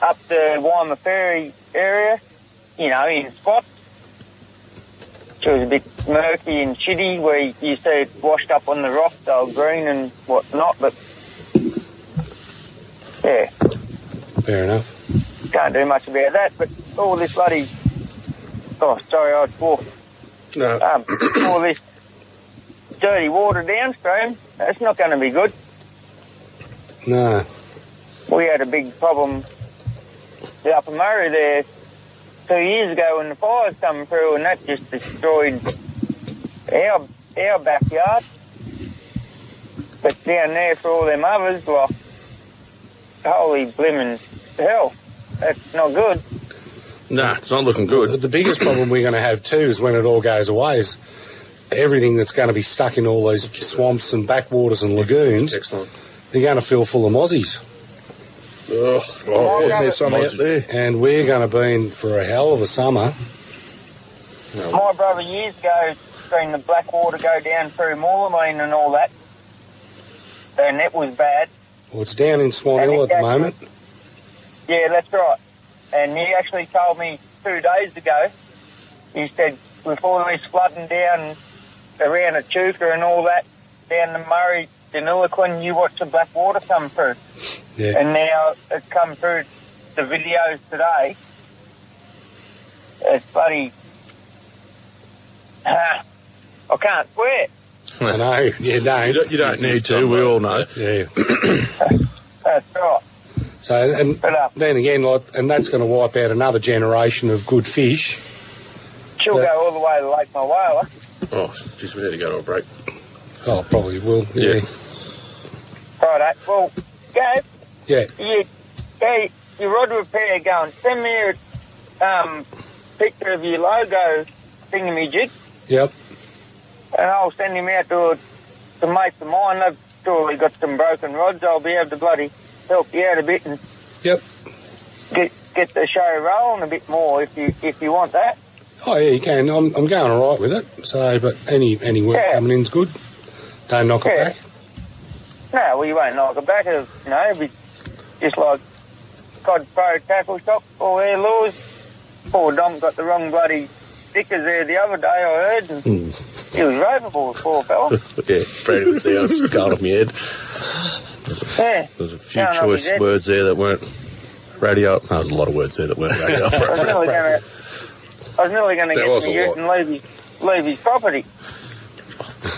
up the Wymer Ferry area, you know, in spots. It was a bit murky and shitty where you you see it washed up on the rock, they were green and whatnot, but yeah, Fair enough. can't do much about that. But all this bloody oh, sorry, I was walking. No. um, all this dirty water downstream, that's not going to be good. No. We had a big problem the Upper Murray there two years ago when the fires come through and that just destroyed our our backyard. But down there for all them others, like holy blimmin' hell, that's not good. Nah, it's not looking The, the biggest problem we're going to have too is when it all goes away is everything that's going to be stuck in all these swamps and backwaters and lagoons. Excellent. They're going to fill full of mozzies, Ugh. Oh, Well, wasn't there that's- some out there? and we're going to be in for a hell of a summer. My brother years ago seen the black water go down through Moorlamine and all that, and that was bad. Well, it's down in Swan And Hill at it the goes- moment. Yeah, that's right. And he actually told me two days ago, he said, with all this flooding down around Echuca and all that, down the Murray, Deniliquin, you watch the black water come through. Yeah. And now it's come through the videos today. It's bloody. I can't swear. I know. Yeah, You no. don't, you don't need to, we all know. Yeah. That's right. So, and But uh, then again, like, and that's going to wipe out another generation of good fish. she'll That- go all the way to Lake Mawala. Oh, jeez, we need to go to a break. Oh, probably will. Yeah. Yeah. Right, well, Gav, Yeah. you, hey, your rod repair going, send me a um, picture of your logo thingamajig, Yep. and I'll send him out to a, to mate of mine. I've surely got some broken rods. I'll be able to bloody help you out a bit and Yep. get get the show rolling a bit more if you if you want that. Oh yeah, you can. I'm, I'm going all right with it. So, but any any work Yeah. coming in's good. Don't knock it Yeah. back. No, well, you won't knock it back. It'll, you know, it'll be just like Cod Pro Tackle Shop or their laws. Poor Dom got the wrong bloody stickers there the other day, I heard, and he was ropeable, poor fella. Hmm. Yeah, Brady would see I was going off my head. yeah. There's a few No, no, choice we did. words there that weren't radio. No, there's a lot of words there that weren't radio. I was nearly gonna, I was nearly gonna That get was to a use lot. and leave his, leave his property.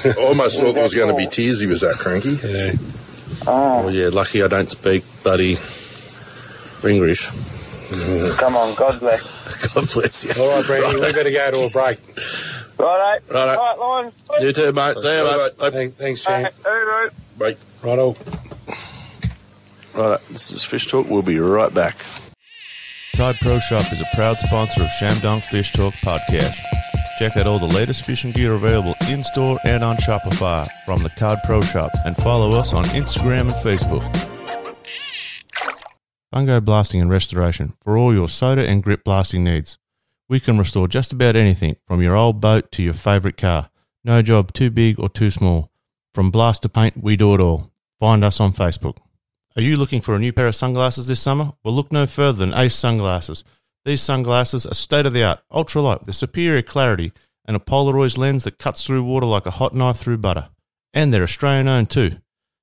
I almost thought there was going to be tears. He was that cranky. Yeah. Oh, oh, yeah, lucky I don't speak bloody English. come on, God bless. God bless you. All right, Brandy, we better go to a break. Righto. Righto. Right, Lions. You too, mate. See you, mate. Thank- Thanks, Shane. Right, hooroo. Right, all. Right, this is Fish Talk. We'll be right back. Cod Pro Shop is a proud sponsor of Shamdong Fish Talk Podcast. Check out all the latest fishing gear available in store and on Shopify from the Cod Pro Shop and follow us on Instagram and Facebook. Fungo Blasting and Restoration for all your soda and grip blasting needs. We can restore just about anything from your old boat to your favorite car. No job too big or too small. From blast to paint, we do it all. Find us on Facebook. Are you looking for a new pair of sunglasses this summer? Well, look no further than Ace Sunglasses. These sunglasses are state of the art, ultralight with superior clarity and a Polaroid lens that cuts through water like a hot knife through butter. And they're Australian owned too.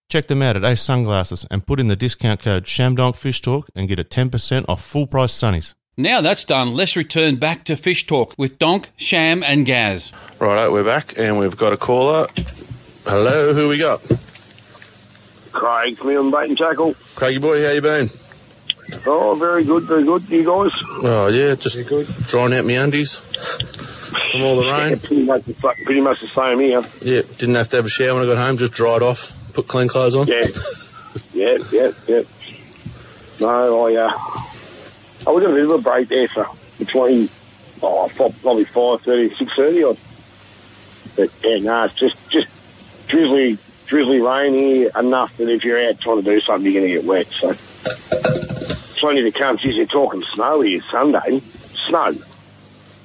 Check them out at Ace Sunglasses and put in the discount code ShamDonkFishTalk and get a 10% off full price sunnies. Now that's done, let's return back to Fish Talk with Donk, Sham, and Gaz. Righto, we're back and we've got a caller. Hello, who we got? Craig from Ewan Bait and Tackle. Craigie boy, how you been? Oh, very good, very good. You guys? Oh yeah, just drying out my undies from all the rain. pretty, much the, sa- pretty much the same here. Yeah, didn't have to have a shower when I got home. Just dried off, put clean clothes on. Yeah, yeah, yeah, yeah. No, I, uh, I was in a bit of a break there for between, oh, fo- probably 5.30, 6.30 odd. But, yeah, no, it's just, just drizzly, drizzly rain here enough that if you're out trying to do something, you're going to get wet, so. It's only the cunts, you're talking snow here Sunday. Snow.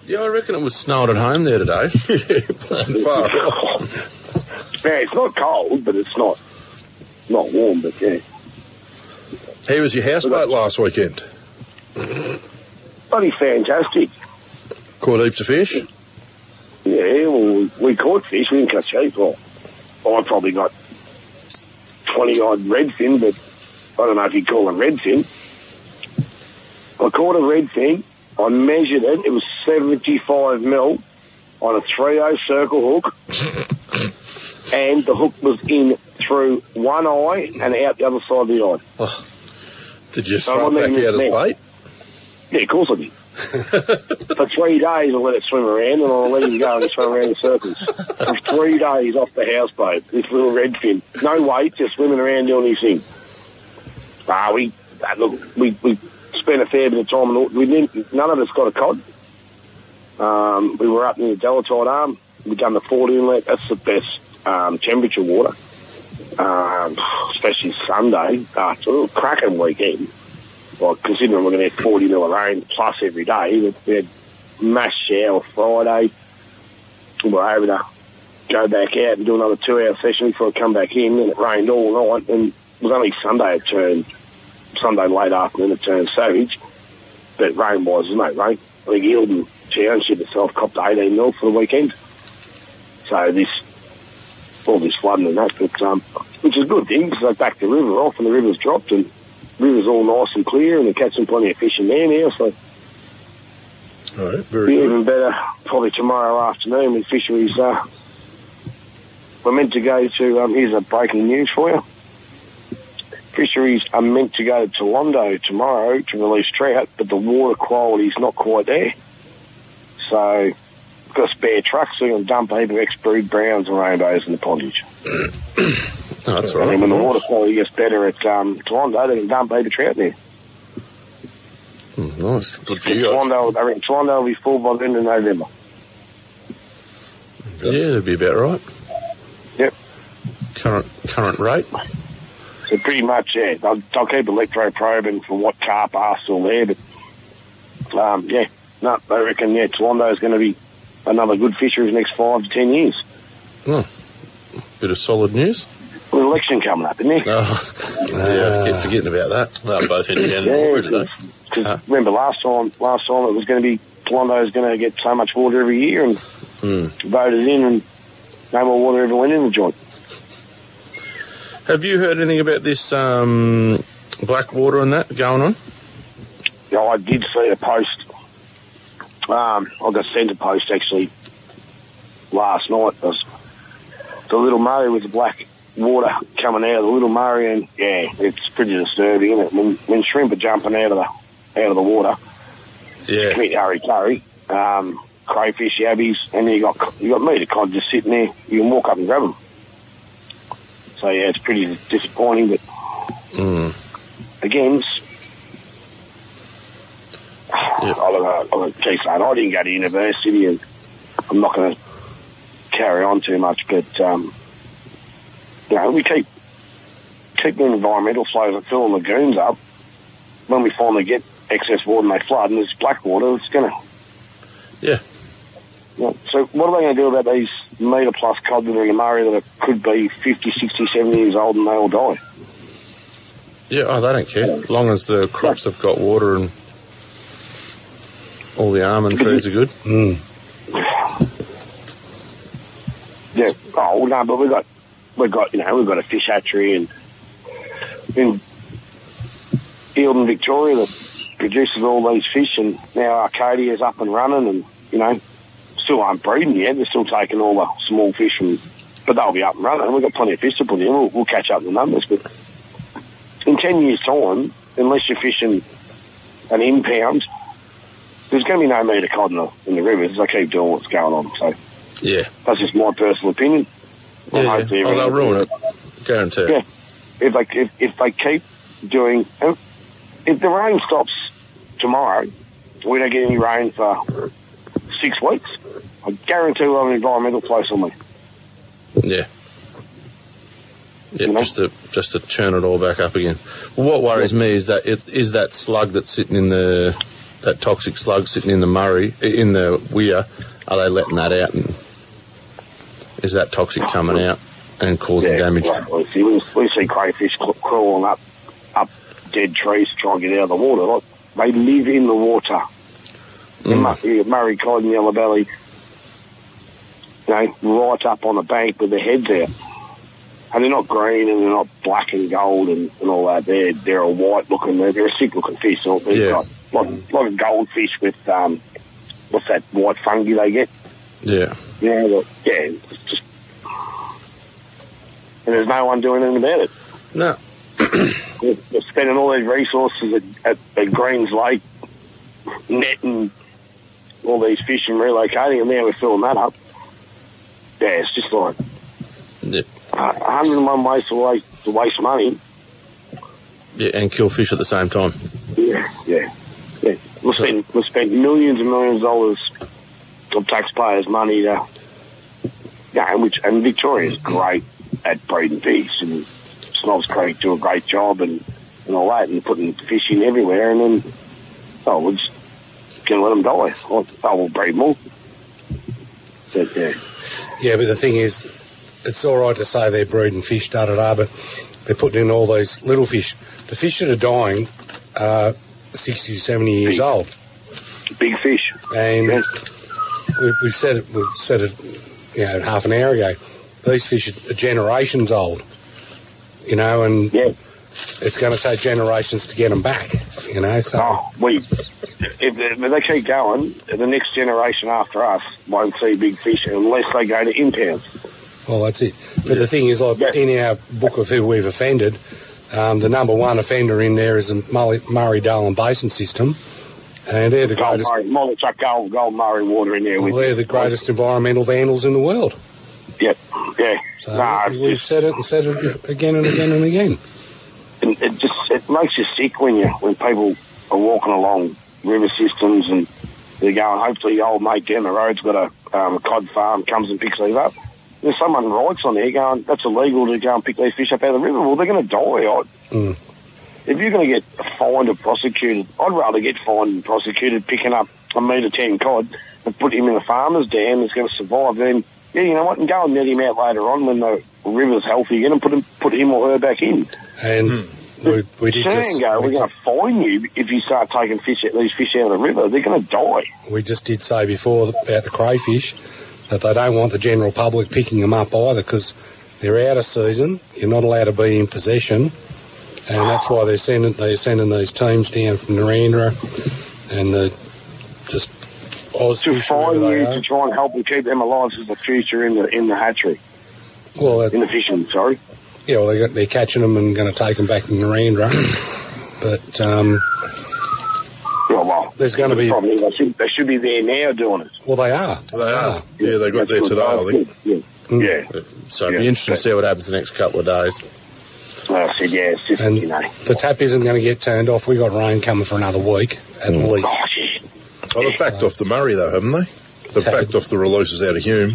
Yeah, I reckon it was snowed at home there today. Far off. Yeah, it's not cold, but it's not not warm. But yeah, How was your houseboat last weekend? bloody fantastic. Caught heaps of fish. Yeah, well, we- we caught fish. We didn't catch heaps. Well, I probably got twenty odd redfin, but I don't know if you call them redfin. I caught a redfin. I measured it. It was seventy five mil on a three o circle hook, and the hook was in through one eye and out the other side of the eye. Did you No, throw I it back mean, out as me. bait? Yeah, of course I did. For three days, I let it swim around, and I let him go and swim around in circles. For three days off the houseboat, this little redfin, no weight, just swimming around doing his thing. Ah, we ah, look, we we spent a fair bit of time, and we didn't. None of us got a cod. Um, we were up near Delatide Arm. We done the Ford Inlet. That's the best um, temperature water, um, especially Sunday. Ah, it's a little cracking weekend well, considering we're going to have 40 mil of rain plus every day, we- we had mass shower Friday. We were able to uh, go back out and do another two hour session before we come back in, and it rained all night. And it was only Sunday it turned, Sunday late afternoon it turned savage. But rain wise, no rain. I think Eildon Township itself copped 18 mil for the weekend. So this, all this flooding and that, but, um, which is a good thing because they backed the river off and the river's dropped and river's all nice and clear, and they're catching plenty of fish in there now. So All right, it'll very be good. even better probably tomorrow afternoon with fisheries. Uh, we're meant to go to. Um, here's a breaking news for you. Fisheries are meant to go to Londo tomorrow to release trout, but the water quality's not quite there. So, we've got spare trucks, so we can dump a heap of ex-brewed browns and rainbows in the pondage. Oh, that's all And right. then when the water quality gets better at um, Toowoomba, they can dump a heap of trout there. Mm, nice. Good for you guys. Twindale, I mean, Twindale will be full by the end of November. Yeah, that'd be about right. Yep. Current current rate. So pretty much, yeah, I'll, I'll keep electroprobing for what carp are still there, but um, yeah, no, I reckon yeah, Twindale's going to be another good fishery for the next five to ten years. Hmm. Bit of solid news. With an election coming up, isn't there? Oh, yeah, I keep forgetting about that. They're both heading down Yeah, the water it's- today. Because Ah. remember last time, last time it was going to be Twindao's going to get so much water every year, and Hmm. voted in, and no more water ever went in the joint. Have you heard anything about this um, black water and that going on? Yeah, I did see a post. Um, I got sent a post actually last night. It was the little Murray with the black water coming out of the little Murray, and yeah, it's pretty disturbing, isn't it? When, when shrimp are jumping out of the out of the water, Yeah. commit hurry curry, um, crayfish, yabbies, and then you got you got meat of cod just sitting there. You can walk up and grab them. So yeah, it's pretty disappointing, but Mm. again, s- I look, I look, geez, mate, I didn't go to university, and I'm not going to carry on too much. But um, you know, we keep keep the environmental flows that fill the lagoons up. When we finally get excess water and they flood, and there's black water, it's going to Yeah. well, So what are they going to do about these metre plus cod that are in the Murray that are, could be 50, 60, 70 years old and they all die? Yeah, oh, they don't care. As long as the crops have got water and all the almond trees are good. Mm. Yeah. Oh well, no, but we've got we've got you know we've got a fish hatchery and in Eildon, Victoria that produces all these fish, and now Arcadia is up and running, and you know still aren't breeding yet. They're still taking all the small fish from, but they'll be up and running. We've got plenty of fish to put in. We'll, we'll catch up the numbers, but in ten years' time, unless you're fishing an impound, there's going to be no meat of cod in the, in the rivers. I keep doing what's going on, so. Yeah. That's just my personal opinion. Yeah, yeah. Oh, they'll ruin it. Guarantee. Yeah. If they if, if they keep doing if, if the rain stops tomorrow, we don't get any rain for six weeks. I guarantee we'll have an environmental place on me. Yeah. Yeah, just to just to churn it all back up again. Well, what worries me is that it is that slug that's sitting in the that toxic slug sitting in the Murray in the Weir. Are they letting that out? And is that toxic coming out and causing damage? Right. We see we, we see crayfish cl- crawling up up dead trees to try and get out of the water. Like, they live in the water. The Mur- yeah, Murray cod and yellow belly, you know, right up on the bank with their heads out. And they're not green and they're not black and gold and, and all that. They're they're a white looking. They're, they're a sick looking fish. They've got like, like a goldfish with um, what's that white fungi they get? Yeah. Yeah, well, yeah, it's just. And there's no one doing anything about it. No. They're they're spending all their resources at, at, at Greens Lake, netting all these fish and relocating, and now we're filling that up. Yeah, it's just like Yeah. uh, 101 ways to waste, to waste money. yeah, and kill fish at the same time. Yeah, yeah. yeah. We'll, spend, we'll spend millions and millions of dollars of taxpayers' money to. Yeah, and, which, and Victoria's great at breeding pigs, and Snobs Creek do a great job and, and all that, and putting fish in everywhere, and then, oh, we're just going to let them die. Oh, oh, we'll breed more. But, yeah. Yeah, but the thing is, it's all right to say they're breeding fish, da da da, but they're putting in all those little fish. The fish that are dying are 60, 70 years old. Big fish. And we, we've said it, we've said it, you know, half an hour ago. These fish are generations old, you know, and it's going to take generations to get them back, you know, so. Oh. we if they, if they keep going, the next generation after us won't see big fish unless they go to impounds. Well, that's it. Oh, But the thing is, like in our book of who we've offended, um, the number one offender in there is the Murray, Murray Darling Basin system, and they're the Gold greatest. Murray, Molly chuck gold, gold Murray water in there with Well, they're the greatest environmental vandals in the world. Yep, yeah. So we've said it and said it again and again and again. And it just it makes you sick when you when people are walking along river systems and they're going. Hopefully, your old mate down the road's got a, um, a cod farm, comes and picks these up. There's someone writes on there going, "That's illegal to go and pick these fish up out of the river." Well, they're going to die. I, If you're going to get fined or prosecuted, I'd rather get fined and prosecuted picking up a metre ten cod and put him in a farmer's dam that's going to survive. Then, yeah, you know what, and go and net him out later on when the river's healthy again and put him, put him or her back in. And we, we did just Shango, we're going to fine you if you start taking fish out, these fish out of the river. They're going to die. we just did say before about the crayfish that they don't want the general public picking them up either because they're out of season. You're not allowed to be in possession, and that's why they're sending they're sending these teams down from Narendra and the just Oz To fish, whatever fine they you eh? are. to try and help and keep them alive is the future in the in the hatchery, Well, that, in the fishing. Sorry. yeah, well, they got, they're catching them and going to take them back to Narendra, but um, Oh, well, There's gonna be- Probably, they, should, they should be there now doing it. well, they are. They are. Yeah, they got there That's today, I good. think. Yeah. Yeah. Hmm. So it'd be interesting to see what happens the next couple of days. Well, I said, yeah, it's just, And you know. the tap isn't going to get turned off. We got rain coming for another week at least. Oh, they've backed off the Murray though, haven't they? They've backed off the releases out of Hume.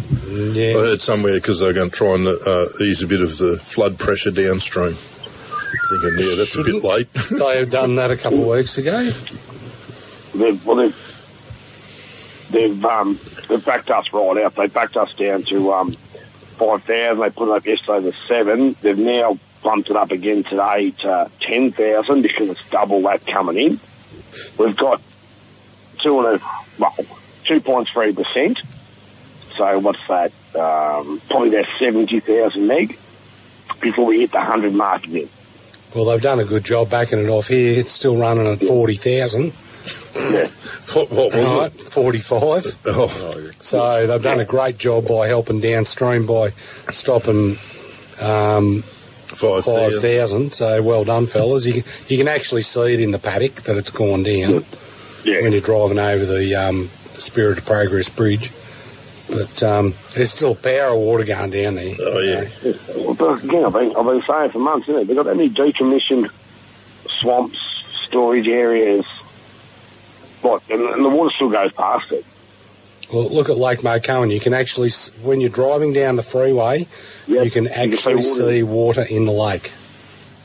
yeah. I heard somewhere because they're going to try and uh, ease a bit of the flood pressure downstream. Thinking, yeah, that's a bit late. they have done that a couple of weeks ago. They've, well, they've they've um, they've backed us right out. They backed us down to um, five thousand. They put it up yesterday to seven. They've now bumped it up again today to ten thousand because it's double that coming in. We've got two and a well, two point three percent. So what's that? Um, probably about seventy thousand meg before we hit the hundred mark again. Well, they've done a good job backing it off here. It's still running at 40,000. What, what was Right, 45. So they've done a great job by helping downstream by stopping um, 5,000. 5,000. So well done, fellas. You can, you can actually see it in the paddock that it's gone down when you're driving over the um, Spirit of Progress Bridge. But um, there's still a power of water going down there. Oh, yeah. But again, I've been, I've been saying for months, isn't it? They've got that many decommissioned swamps, storage areas. What? And, and the water still goes past it. Well, look at Lake Mokoan. You can actually, s- when you're driving down the freeway, you can actually see water. see water in the lake.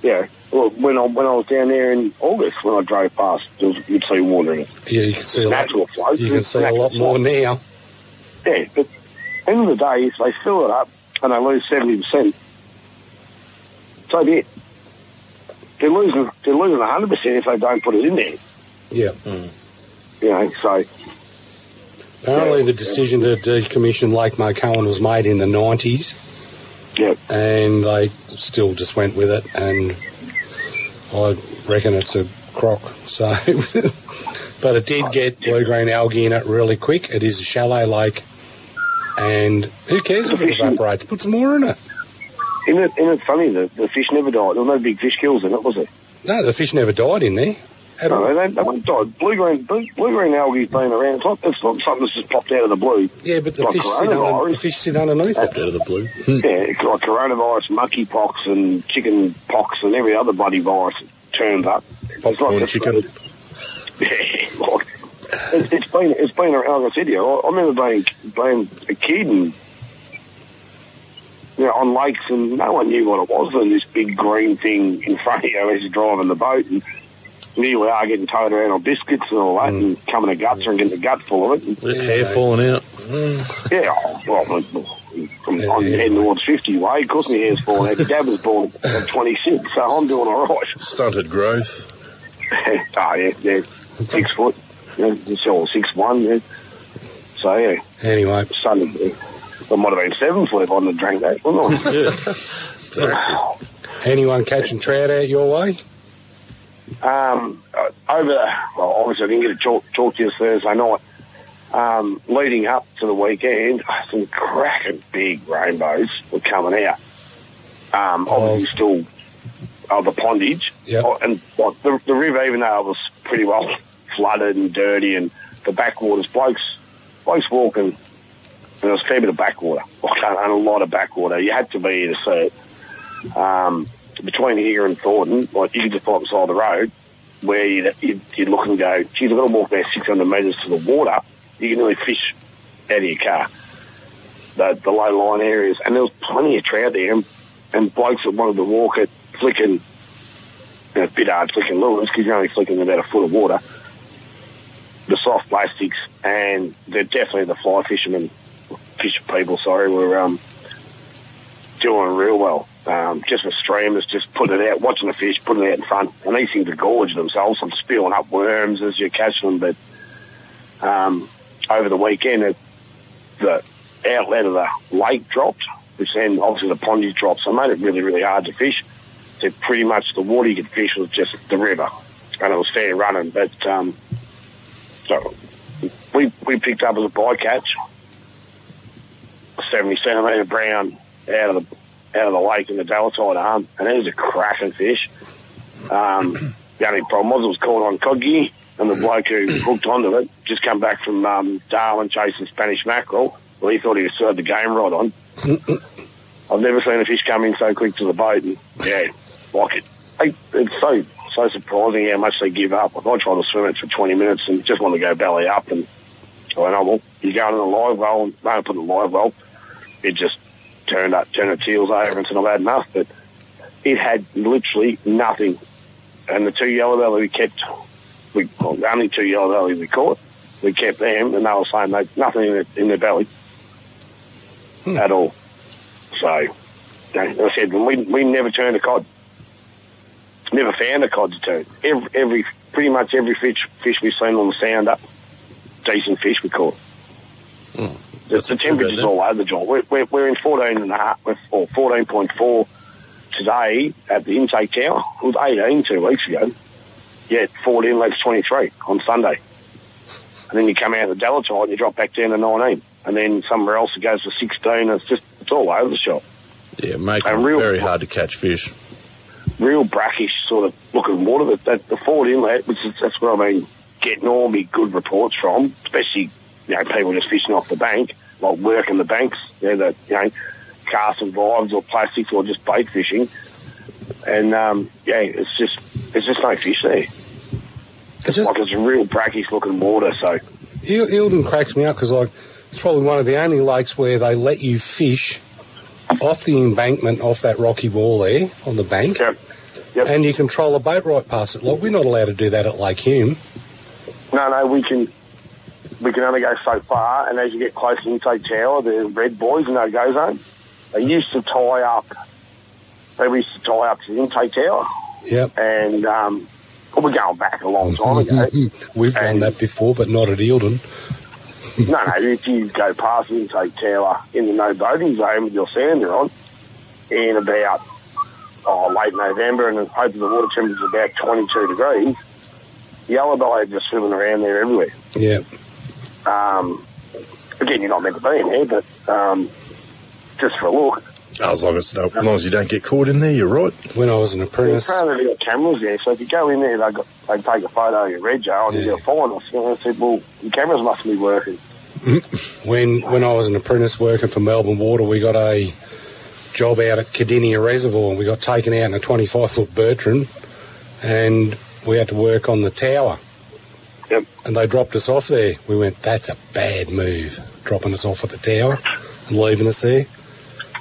Yeah. Well, when I, when I was down there in August, when I drove past, there was, you'd see water in it. Yeah, you can see a lot, Natural flow. you can It's see a natural lot more flow. now. Yeah, but end of the day, if they fill it up and they lose seventy percent, so be it. They're losing they're losing hundred percent if they don't put it in there. Yeah. You know, so Apparently, the decision to decommission Lake Mokoan was made in the 90s. Yep. And they still just went with it, and I reckon it's a crock. So, but it Oh, did get blue green algae in it really quick. It is a shallow lake, and who cares if it evaporates? Put some more in it. Isn't it, isn't it funny that the fish never died? There were no big fish kills in it, was there? No, the fish never died in there. At all. No, they, they won't die. Blue green, blue, blue green algae's been around. It's not, it's not something that's just popped out of the blue. Yeah, but the Like fish, sit under, the coronavirus. fish sit underneath it. Out of the blue. Yeah, it's like coronavirus, monkeypox, and chicken pox, and every other bloody virus that turns up. Popcorn chicken. Yeah, like, it's, it's been it's been around. Like I said, yeah, I, I remember being being a kid and you know, on lakes, and no one knew what it was. And this big green thing in front of you as you're driving the boat, and here you are getting towed around on biscuits and all that, Mm. and coming to guts and getting a gut full of it. And, Hair falling out. yeah, oh, well, I'm, I'm, I'm heading towards 50 way. Of course, my hair's falling out. Dad was born at 26, so I'm doing all right. Stunted growth. oh, yeah, yeah. Six foot. Yeah, it's all six one. Yeah. So, yeah, Anyway, son, I might have been seven foot if I hadn't drank that, wouldn't I? anyone catching trout out your way? Um, uh, over, well, obviously I didn't get a talk, talk to you Thursday night. Um, leading up to the weekend, ah, some cracking big rainbows were coming out. Um, Oh, obviously still uh, the pondage. Yep. Oh, and like, the, the river, even though it was pretty well flooded and dirty and the backwaters, blokes, blokes walking, and there was a fair bit of backwater, like, and a lot of backwater. You had to be here to see it um, between here and Thornton, like you could just pull up the side of the road where you'd, you'd, you'd look and go, geez, I've got to walk about 600 metres to the water. You can nearly fish out of your car, the, the low line areas. And there was plenty of trout there, and, and blokes that wanted to walk eh, it, flicking, you know, it's a bit hard flicking lures because you're only flicking about a foot of water. The soft plastics, and they're definitely the fly fishermen, fish people, sorry, were um, doing real well. Um, just the streamers just putting it out, watching the fish, putting it out in front, and these things are gorging themselves. I'm spewing up worms as you're catching them, but um, over the weekend, it, the outlet of the lake dropped, which then obviously the pondage dropped, so it made it really, really hard to fish. So pretty much the water you could fish was just the river, and it was fair running. But um, so we we picked up as a bycatch, a 70 centimetre brown out of the out of the lake in the Dalatide arm, and it was a cracking fish. Um, the only problem was it was caught on cod gear, and the bloke who hooked onto it just come back from um, Darwin chasing Spanish mackerel. Well, he thought he was served the game right on. I've never seen a fish come in so quick to the boat, and yeah, like it. Hey, It's so so surprising how much they give up. Like I tried to swim it for 20 minutes and just wanted to go belly up, and I went, oh, well, you go in a live well, and no, put in a live well. It just turned up, turned its heels over and said, I've had enough. But it had literally nothing. And the two yellow belly we kept, we, well, the only two yellow belly we caught, we kept them, and they were saying they nothing in their, in their belly at all. So, you know, as I said, we, we never turned a cod. Never found a cod to turn. Every, every pretty much every fish fish we've seen on the sound up, decent fish we caught. The, the temperature's all over the joint. We're, we're, we're in 14 and a half, we're- or 14.4 today at the intake tower. It was 18 two weeks ago. Yeah, 14 legs 23 on Sunday. And then you come out of the Dalatide and you drop back down to 19. And then somewhere else it goes to 16. and It's just, it's all over the shop. Yeah, make them very hard to catch fish. Real brackish sort of looking water. That, that The Ford Inlet, which is, that's what I mean, getting all me good reports from, especially, you know, people just fishing off the bank, like working the banks, you know, the, you know casting vibes or plastics or just bait fishing. And, um, yeah, it's just, there's just no fish there. It's like it's real brackish looking water, so. Il- Eildon cracks me up because like it's probably one of the only lakes where they let you fish off the embankment, off that rocky wall there on the bank, and you control a boat right past it. Like we're not allowed to do that at Lake Hume. No, no, we can we can only go so far, and as you get close to intake tower, the red boys in no go zone. They used to tie up. They used to tie up to the intake tower, Yep. and um, well, we're going back a long time ago. We've done that before, but not at Eildon. no, no, if you go past the intake tower in the no boating zone with your sander on, in about oh, late November, and hopefully the water temperature's about twenty two degrees, yellow belly just swimming around there everywhere. Yeah. Um, again, you're not meant to be in there, but um, just for a look. Ah, As long as, no, as long as you don't get caught in there, you're right. When I was an There's probably got cameras there, so if you go in there, they got, they take a photo of your red jar and you'll find us. And I said, well, your cameras must be working. When when I was an apprentice working for Melbourne Water, we got a job out at Cadinia Reservoir, and we got taken out in a 25 foot Bertrand, and we had to work on the tower. Yep. And they dropped us off there. We went, that's a bad move, dropping us off at the tower and leaving us there.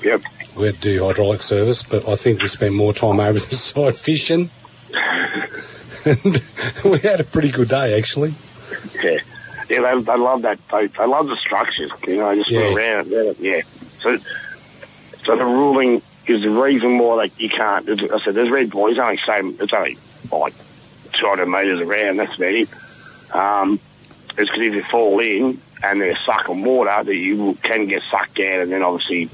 Yep. We had to do hydraulic service, but I think we spent more time over the side fishing. and we had a pretty good day, actually. Yeah, yeah, they, they love that. They, they love the structures. You know, just Yeah. yeah. around. Yeah, yeah. So, so the ruling is the reason why like you can't. I said there's red boys only same. It's only like 200 metres around. That's about it. Um, it's because if you fall in and they're sucking water, that you will- can get sucked out, and then obviously,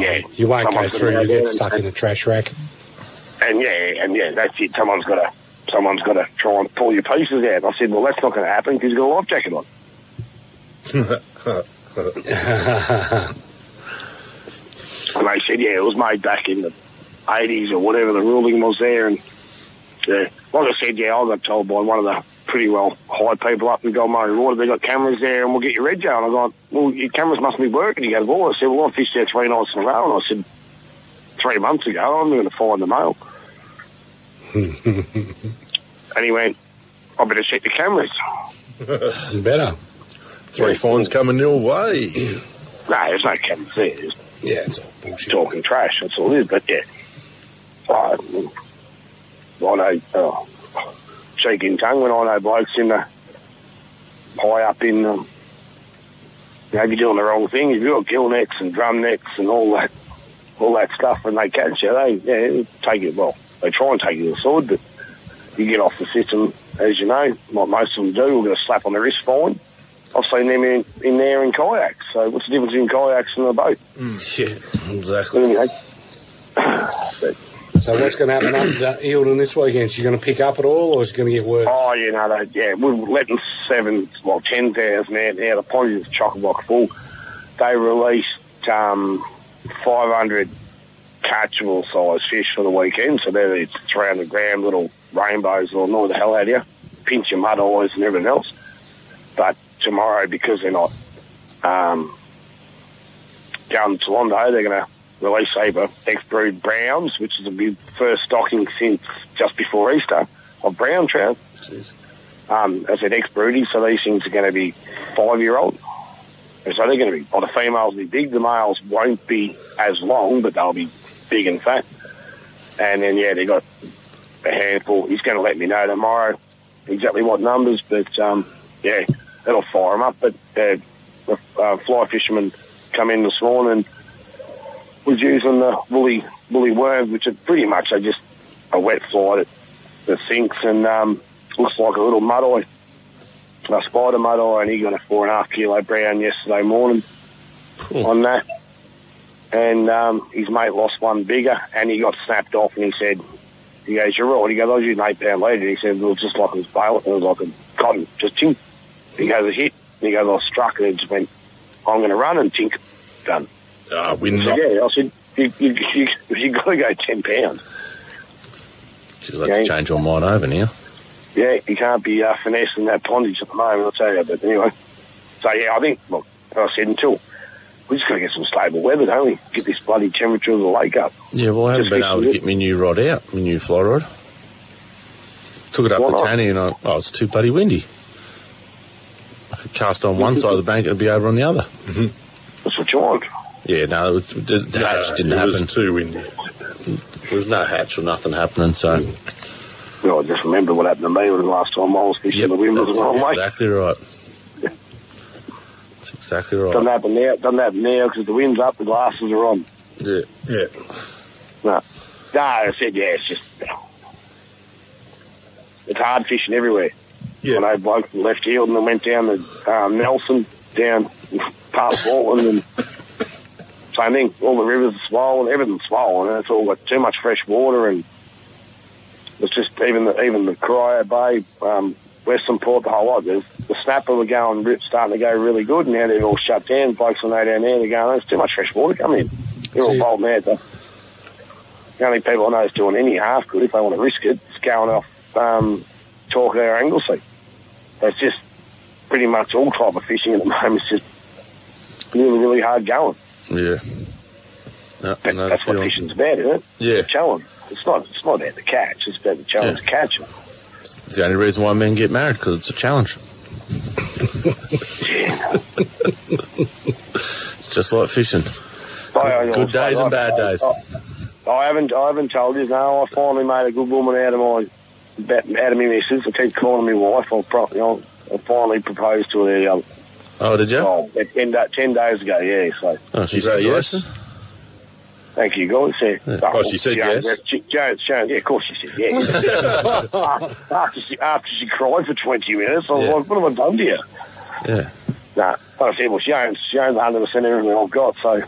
yeah, You won't go someone's gonna through, you there get and- stuck in a trash rack. and yeah, and yeah, that's it. Someone's got to, someone's got to try and pull your pieces out. I said, well, that's not going to happen because you've got a life jacket on. And they said, yeah, it was made back in the 80s or whatever the ruling was there. And yeah, like I said, yeah, I got told by one of the pretty well high people up in Goldmurray Water, they got cameras there and we'll get your red jar. And I got, well, your cameras must be working. He goes, well, I said, well, I fished there three nights in a row. And I said, three months ago, I'm going to find the mail. And he went, I better check the cameras. better. Three fines coming your way. No, there's no cameras there. It's yeah, it's all bullshit. Talking trash, that's all it is. But yeah, I, I know, uh, cheek in tongue when I know blokes in the high up in, um, you know, if you're doing the wrong thing, if you've got gill necks and drum necks and all that, all that stuff, and they catch you, they yeah, take it well. They try and take you with a sword, but you get off the system, as you know, like most of them do, will get a slap on the wrist fine. I've seen them in, in there in kayaks. So what's the difference in kayaks and a boat? Yeah, exactly. Anyway, So what's going to happen up to Eildon this weekend? She's going to pick up at all, or is it going to get worse? Uh, Oh, you know, they, yeah, we're letting seven, well, 10,000 out now. The pond is chock a block full. They released um, 500 catchable size fish for the weekend. So they're these 300 gram little rainbows or know the hell out of you. Pinch your mud eyes and everything else. But tomorrow, because they're not um, down to Toronto, they're going to Release Sabre, ex-brewed Browns, which is the first stocking since just before Easter of brown trout. Um, as I said, ex-broody, so these things are going to be five-year-old. And so they're going to be, well, the females will be big, the males won't be as long, but they'll be big and fat. And then, yeah, they got a handful. He's going to let me know tomorrow exactly what numbers, but um, yeah, it'll fire them up. But uh, the uh, fly fisherman come in this morning and was using the woolly woolly worm, which is pretty much a, just a wet fly that, that sinks and um, looks like a little mud eye, a spider mud eye, and he got a four and a half kilo brown yesterday morning on that. And um, his mate lost one bigger, and he got snapped off, and he said, he goes, you're right. He goes, I was using eight pound lead. And he said, it was just like it was bail. It was like a cotton, just chink. He goes, it hit. And he goes, I was struck. And it just went, I'm going to run and chink. Done. Ah, we I said, knocked. yeah. I said, you, you, you, you got to go 10 pounds. She'll have to change your mind over now. Yeah, you can't be uh, finessing that pondage at the moment, I'll tell you. But anyway, so yeah, I think, look, like I said, until we just got to get some stable weather, don't we? Get this bloody temperature of the lake up. Yeah, well, I haven't Just been fix able it. to get my new rod out, my new fly rod. Took it up Why the not? tanny and I, oh, it's too bloody windy. I could cast on one side of the bank, it'd be over on the other. That's what you want. Yeah, no, it was, the, the No, hatch didn't it happen. was too windy. There was no hatch or nothing happening, so. Well, I just remember what happened to me when the last time I was fishing the wind was That's the wrong way. exactly right. That's exactly right. Doesn't happen now. Doesn't happen now because the wind's up, the glasses are on. Yeah. Yeah. No. No, I said, yeah, it's just. It's hard fishing everywhere. Yeah. When I bloke from left field and then went down to um, Nelson, down past Portland, and same thing. All the rivers are swollen, everything's swollen, and it's all got too much fresh water, and it's just even the even the Cryo Bay, um, Western Port, the whole lot. There's, the snapper were going re- starting to go really good, and now they're all shut down. Blokes will know down there. They're going, there's too much fresh water coming in. They're all bolting out. The the only people I know is doing any half good if they want to risk it. It's going off um, talking our Anglesey. It's just pretty much all type of fishing at the moment. It's just really, really hard going. Yeah. No, no That's what feeling. fishing's about, isn't it? Yeah. It's a challenge. It's not. It's not about the catch. It's about the challenge of catching. It's the only reason why men get married, because it's a challenge. Just like fishing. I- I- Good days and bad days. I, I haven't. I haven't told you. No, I finally made a good woman out of my out of me missus. I keep calling me wife. I'll probably. I'll, I finally proposed to her. Um, Oh, did you? oh, at ten, da- ten days ago. Yeah. So. Oh, she said yes. Thank you, God. Ah, Yeah. Oh, she said yes? Joan, Joan, yeah, of course she said yes. after, she, after she cried for 20 minutes, I was like, what have I done to you? Yeah. Nah, but I said, well, she owns, she owns 100% of everything I've got, so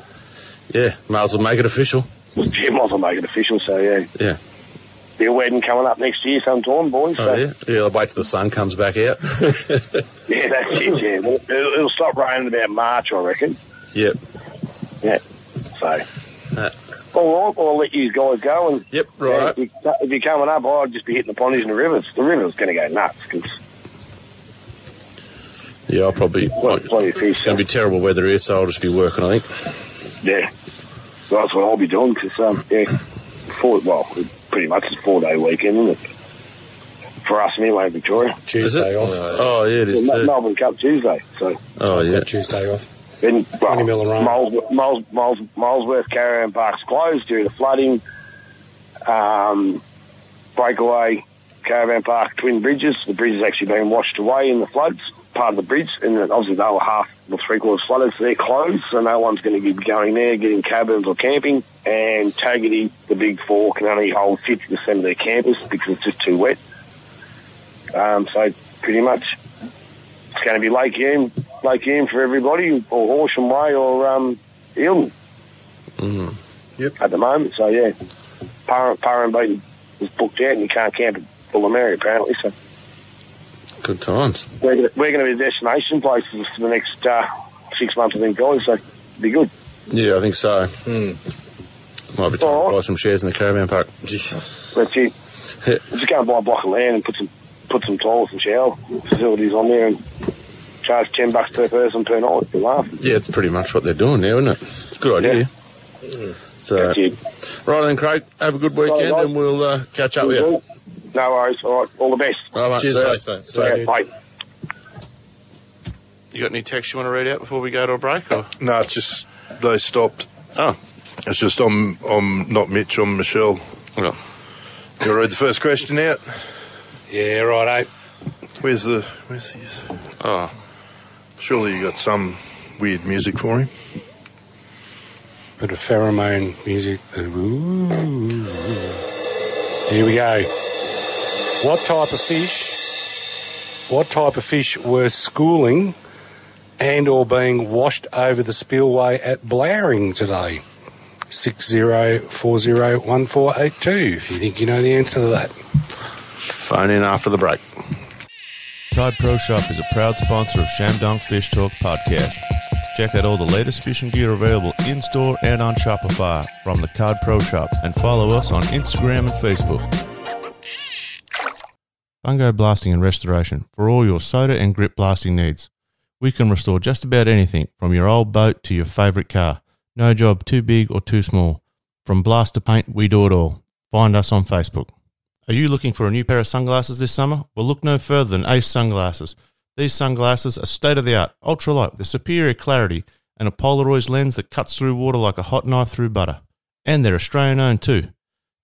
Yeah, might as well make it official. she might as well make it official, so yeah. Yeah. Be a wedding coming up next year sometime, boys. Oh, so. yeah. Yeah, I'll wait till the sun comes back out. Yeah, that's it, yeah. It'll, it'll it'll stop raining about March, I reckon. Yep. Uh, Yeah. So. All right, well, I'll let you guys go. And yep, right. if, you, if you're coming up, I'd just be hitting the pondies and the rivers. The river's going to go nuts 'cause- Yeah, I'll probably. it's going to be terrible weather here, so I'll just be working, I think. yeah, well, that's what I'll be doing 'cause um, yeah, four well, it pretty much it's a four day weekend, isn't it? For us anyway, Victoria. Tuesday Is it? off. Oh, yeah, it is Mel- too. Melbourne Cup Tuesday, so. Oh, yeah. Tuesday off. Then, well, Moles, Moles, Moles, Molesworth Caravan Park's closed due to flooding. Um, breakaway Caravan Park twin bridges. The bridge has actually been washed away in the floods, part of the bridge, and then obviously they were half or three quarters flooded, so they're closed, so no one's going to be going there, getting cabins or camping. And Taggarty, the big four, can only hold 50% of their campers because it's just too wet. Um, so pretty much it's going to be Lake Hume, Lake Hume for everybody, or Horsham Way, or um, Eildon yep. at the moment. So yeah, Parham, Parham Beaton is booked out, and you can't camp at Bullamary apparently. So Good times. we're going to, we're going to be destination places for the next uh, six months, I think, guys. So it'll be good. Yeah, I think so. Might be time to buy some shares in the caravan park. That's it. Just go and buy a block of land and put some put some toilets and shower facilities on there, and charge ten bucks per person per night. You laugh. Yeah, it's pretty much what they're doing now, isn't it? It's a good idea. So, That's it. Right then, Craig. Have a good weekend, Right, and we'll uh, catch up with you. No worries. All right. All the best. All right, Cheers, see ya. mate. See ya, Yeah, dude. bye. You got any text you want to read out before we go to a break? Or? No, it's just they stopped. Oh, it's just I'm I'm not Mitch. I'm Michelle. Well, you read the first question out. Yeah, right. Where's the where's his? Oh, surely you got some weird music for him. Bit of pheromone music. Ooh. Here we go. What type of fish? What type of fish were schooling and or being washed over the spillway at Blowering today? Six zero four zero one four eight two. If you think you know the answer to that. phone in after the break. Cod Pro Shop is a proud sponsor of Shamdong Fish Talk podcast. Check out all the latest fishing gear available in store and on Shopify from the Cod Pro Shop and follow us on Instagram and Facebook. Fungo Blasting and Restoration for all your soda and grip blasting needs. We can restore just about anything from your old boat to your favorite car. No job too big or too small. From blast to paint, we do it all. Find us on Facebook. Are you looking for a new pair of sunglasses this summer? Well, look no further than Ace Sunglasses. These sunglasses are state of the art, ultralight with superior clarity and a Polaroid lens that cuts through water like a hot knife through butter. And they're Australian owned too.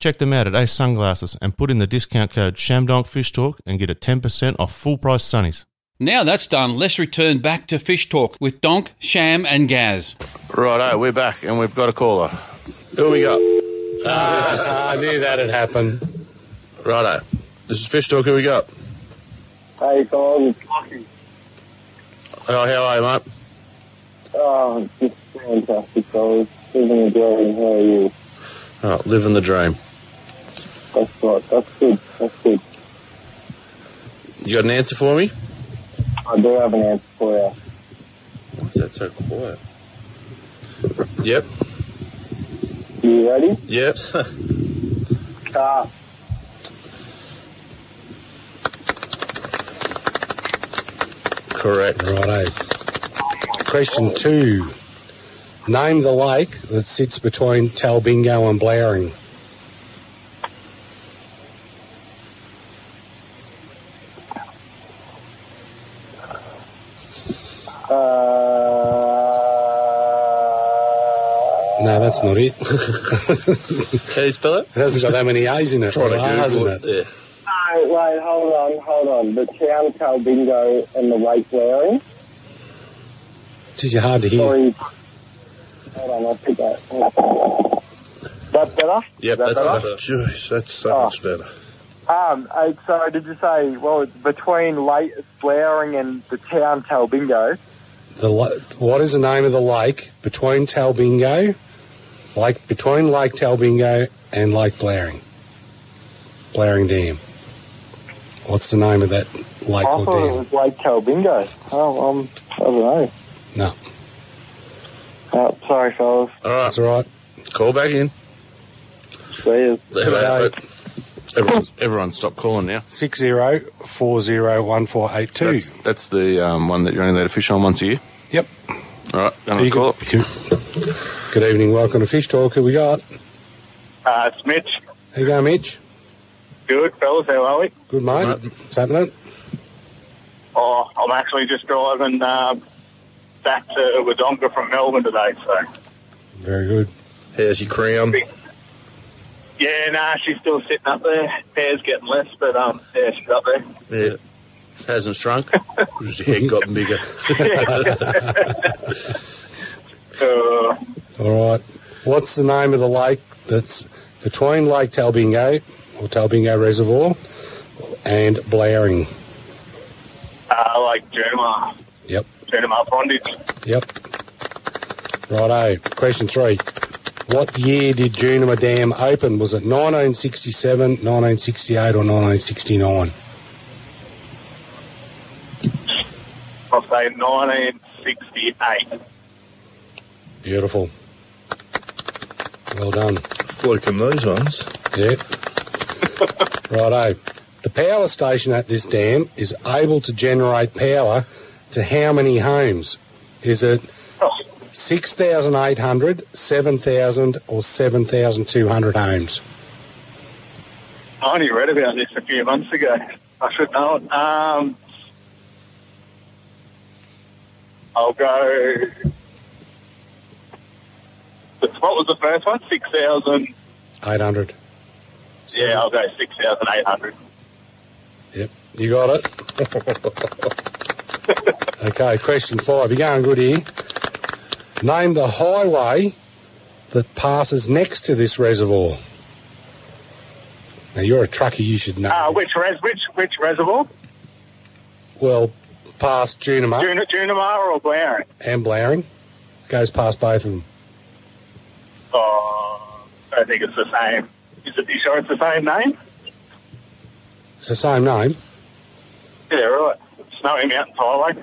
Check them out at Ace Sunglasses and put in the discount code ShamDonkFishTalk and get a 10% off full price sunnies. Now that's done, let's return back to Fish Talk with Donk, Sham, and Gaz. Righto, we're back and we've got a caller. Who we got? I knew that had happened. Righto. This is Fish Talk. Who we got? Hey, Tom. it's Lachlan. Oh, how are you, mate? Oh, just fantastic, guys. Living and growing. How are you? Oh, living the dream. That's right. That's good. That's good. You got an answer for me? I do have an answer for you. Why's that so quiet? Yep. You ready? Yep. Ah. Correct. Righto. Question two. Name the lake that sits between Talbingo and Blowering. Uh, No, that's not it. Can you spell it? It hasn't got that many A's in it. Try to or R's Google in it. it. No, wait, hold on, hold on. The town cow bingo and the lake wearing. Geez, you're hard to hear. Sorry. Hold on, I'll pick that. That better? Yep, That that's better? better. Jeez, that's so much better. Um, uh, sorry, did you say, well, it's between late flowering and the town tail bingo? The la- what is the name of the lake between Talbingo, like between Lake Talbingo and Lake Blowering, Blowering Dam? What's the name of that lake I or thought dam? it was late tail bingo. Oh, um, I don't know. No. Uh, sorry, fellas. All right. That's all right. Call back in. See you. Everyone, everyone stop calling now. Six zero four zero one four eight two. That's, that's the um, one that you're only allowed to fish on once a year. Yep. All right, I'm There going you to call go. it. Good evening. Welcome to Fish Talk. Who we got? Uh, it's Mitch. How you going, Mitch? Good, fellas. How are we? Good mate. What's happening? Oh, I'm actually just driving uh, back to Wodonga from Melbourne today. So, Very good. How's your crown? yeah, nah, she's still sitting up there. Hair's getting less, but um, yeah, she's up there. Yeah. Hasn't shrunk. Just your head got bigger. Uh, All right. What's the name of the lake that's between Lake Talbingo or Talbingo Reservoir and Blowering? uh, like Jerma. Yep. Jerma Bondage. Yep. Righto. Question three. What year did Junima Dam open? Was it 1967, 1968, or 1969? I'll say 1968. Beautiful. Well done. Fluking those ones. Yep. Righto. The power station at this dam is able to generate power to how many homes? Is it 6,800, 7,000, or 7,200 homes. I only read about this a few months ago. I should know it. Um, I'll go. What was the first one? 6,000. 800. Yeah, I'll go 6,800. Yep, you got it. okay, question five. You're going good here. Name the highway that passes next to this reservoir. Now, you're a trucker, you should know. Uh, which, res- which, which reservoir? Well, past Junamar Jun- Junamar or Blaring? and Blowering. Goes past both of them. Oh, I think it's the same. Is it, you sure it's the same name? It's the same name. Yeah, right. Snowy Mountain Highway.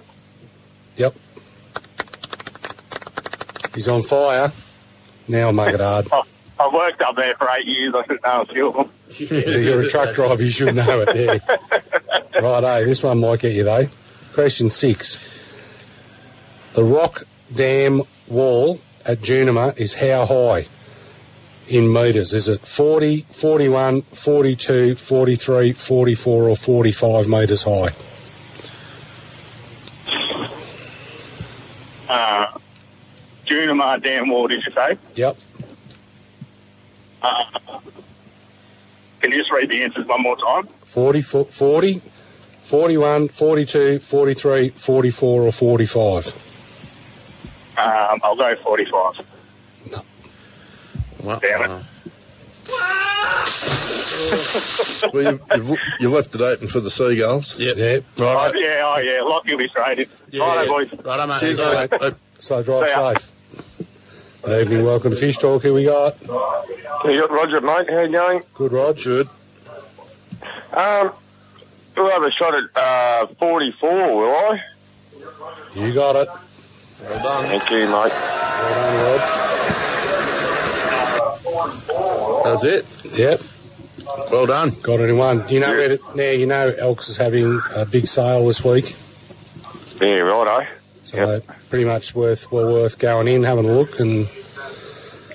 He's on fire. Now make it hard. I've worked up there for eight years. I uh, should know a few of them. You're a truck driver, you should know it. Yeah. Righto, this one might get you though. Question six. The rock dam wall at Junima is how high in metres? Is it 40, 41, 42, 43, 44 or 45 metres high? Uh, Junamar Dam Wall, did you say? Yep. Uh, can you just read the answers one more time? 40, fo- 40, 41, 42, 43, 44 or 45? Um, I'll go 45. Damn it. well, you, you've, you've left it open for the seagulls. Yep. Yep. Oh, yeah, oh, yeah. Lock, you'll be straight. Yeah, Righto, boys. Right, I'm Cheers, mate. So drive safe. Good evening, welcome to Fish Talk. Who we got? You got Roger, mate. How you going? Good, Rod. Good. Um, we'll have a shot at uh, 44, will I? You got it. Well done. Thank you, mate. That's it. Yep. Well done. Got it in one. You know where to, now you know Elks is having a big sale this week. Yeah, righto. So pretty much worth well worth going in, having a look and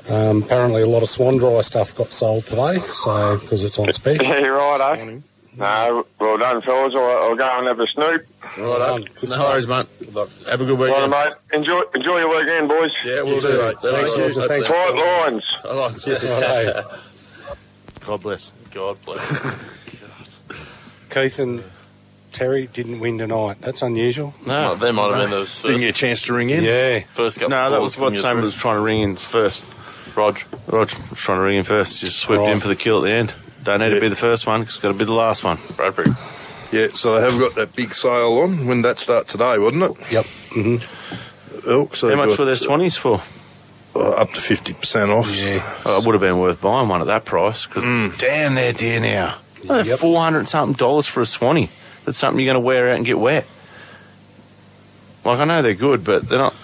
um, apparently a lot of swan dry stuff got sold today, so because it's on spec. Yeah, righto. No, well done, fellas. I'll, I'll go and have a snoop. Right, no worries, mate. Have a good Righto, weekend. mate. Enjoy, enjoy your weekend, boys. Yeah, we'll do, mate. Thanks, Roger. Thanks. Tight lines. God bless. God bless. Keith and Terry didn't win tonight. That's unusual. No, Ah, they might have been those. First, chance to ring in? Yeah. First couple no, that was what Sam was trying to ring in first. Rog. Rog was trying to ring in first. Just swept in for the kill at the end. Don't need to be the first one. It's got to be the last one. Bradbury. Yeah, so they have got that big sale on. When that start today, wouldn't it? Yep. Mm-hmm. Elk, so How much got, uh, were their swannies for? up to fifty percent off. Yeah, it would have been worth buying one at that price because damn, they're dear now. Yep. Four hundred something dollars for a swanny. That's something you're going to wear out and get wet. Like I know they're good, but they're not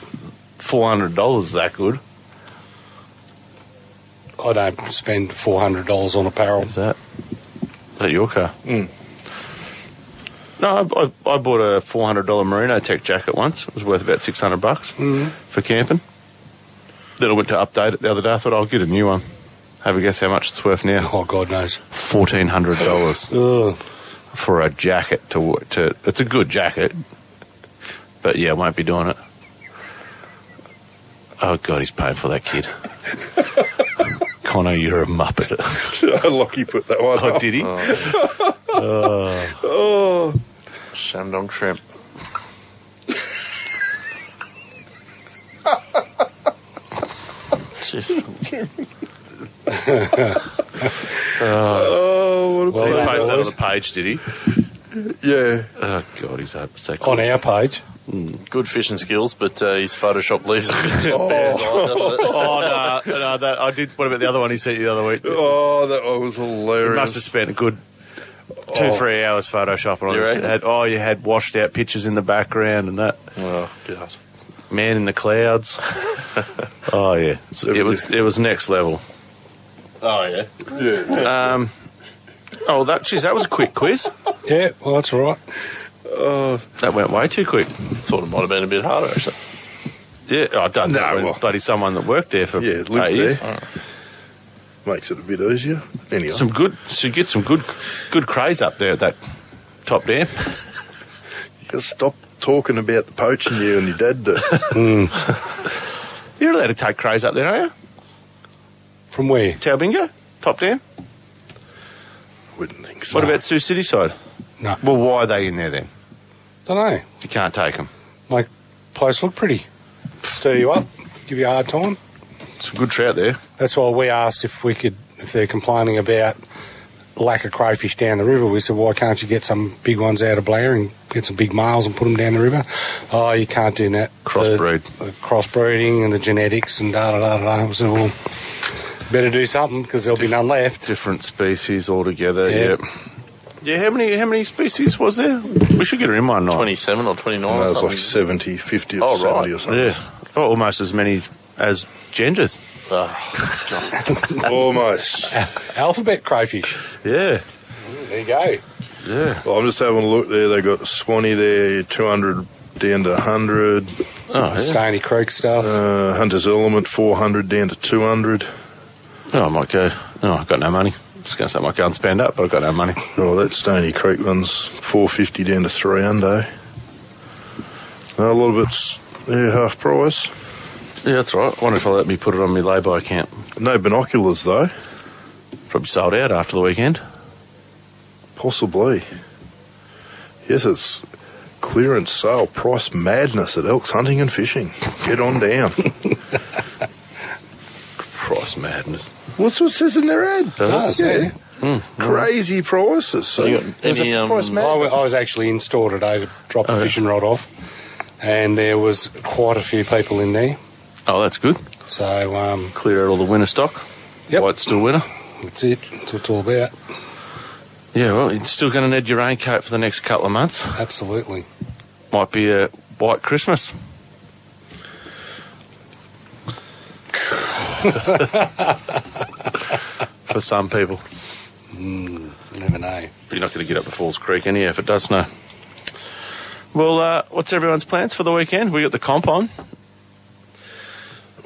four hundred dollars that good. I don't spend four hundred dollars on apparel. Is that? Is that your car? No, I, I, I bought a four hundred dollar merino tech jacket once. It was worth about six hundred bucks Mm. for camping. Then I went to update it the other day. I thought I'll get a new one. Have a guess how much it's worth now? Oh God knows. Fourteen hundred dollars for a jacket to wo- to. It's a good jacket, but yeah, I won't be doing it. Oh God, he's paying for that kid. Connor, you're a muppet. Lucky put that one. Oh, up. did he? Oh. Oh. Shandong shrimp. Just. Oh, what a well, play, he posted that on boys. the page, did he? Yeah. Oh God, he's had so On our page. Good fishing skills, but uh, his Photoshop leaves it Oh, bears eye, doesn't it? oh, no, no, that I did. What about the other one he sent you the other week? Oh, that one was hilarious. You must have spent a good two, Oh. three hours photoshopping on You it. reckon? Had, oh, you had washed out pictures in the background and that. Oh God. Man in the clouds. oh yeah, it was it was next level. Oh yeah. Um, oh, that geez, that was a quick quiz. Yeah, well, that's all right. Oh, that went way too quick. Thought it might have been a bit harder actually. Yeah, oh, I don't know. No, when well- bloody someone that worked there for Yeah, lived eight years. there. Makes it a bit easier. Anyway. Some good, so you get some good, good craze up there at that top dam. Just stop talking about the poaching you and your dad do. You're allowed to take craze up there, are you? From where? Taubinga, top dam. Wouldn't think so. What about Sioux City side? No. Well, why are they in there then? Don't know. You can't take them. Make place look pretty. Stir you up, give you a hard time. Some good trout there. That's why we asked if we could, if they're complaining about lack of crayfish down the river. We said, why can't you get some big ones out of Blair and get some big males and put them down the river? Oh, you can't do that. Crossbreed. The, the crossbreeding and the genetics and da da da da. da. We said, well, better do something because there'll be none left. Different species altogether. Yeah. Yep. Yeah, how many how many species was there? We should get her in one night. 27 or 29 No, or it's something. like 70, 50 or Oh, 70 right. or something. Yeah. Oh, almost as many as genders. Almost. Alphabet crayfish. Yeah. There you go. Yeah. Well, I'm just having a look there. They got Swanee there, 200 down to 100. Oh, yeah. Stony Creek stuff. Uh, Hunter's Element, 400 down to 200. Oh, I might go. Oh, I've got no money. I was going to say I might go and spend up, but I've got no money. Oh, that Stony Creek one's 450 down to 300. A lot of it's yeah, half price. Yeah, that's right. I wonder if I let me put it on my lay-by account. No binoculars though. Probably sold out after the weekend. Possibly. Yes, it's clearance sale price madness at Elks Hunting and Fishing. Get on down. price madness. What's what it says in their ad? Does, yeah. yeah. Crazy prices. So There's a price match. I, wa- I was actually in store today to drop a fishing rod off, and there was quite a few people in there. Oh, that's good. So um, Clear out all the winter stock. Yep. White's still winter. that's it. That's what it's all about. Yeah, well, you're still going to need your raincoat for the next couple of months. Absolutely. Might be a white Christmas. for some people. Mm, never know. You're not going to get up to Falls Creek anyhow if it does snow. Well, uh, what's everyone's plans for the weekend? We got the comp on.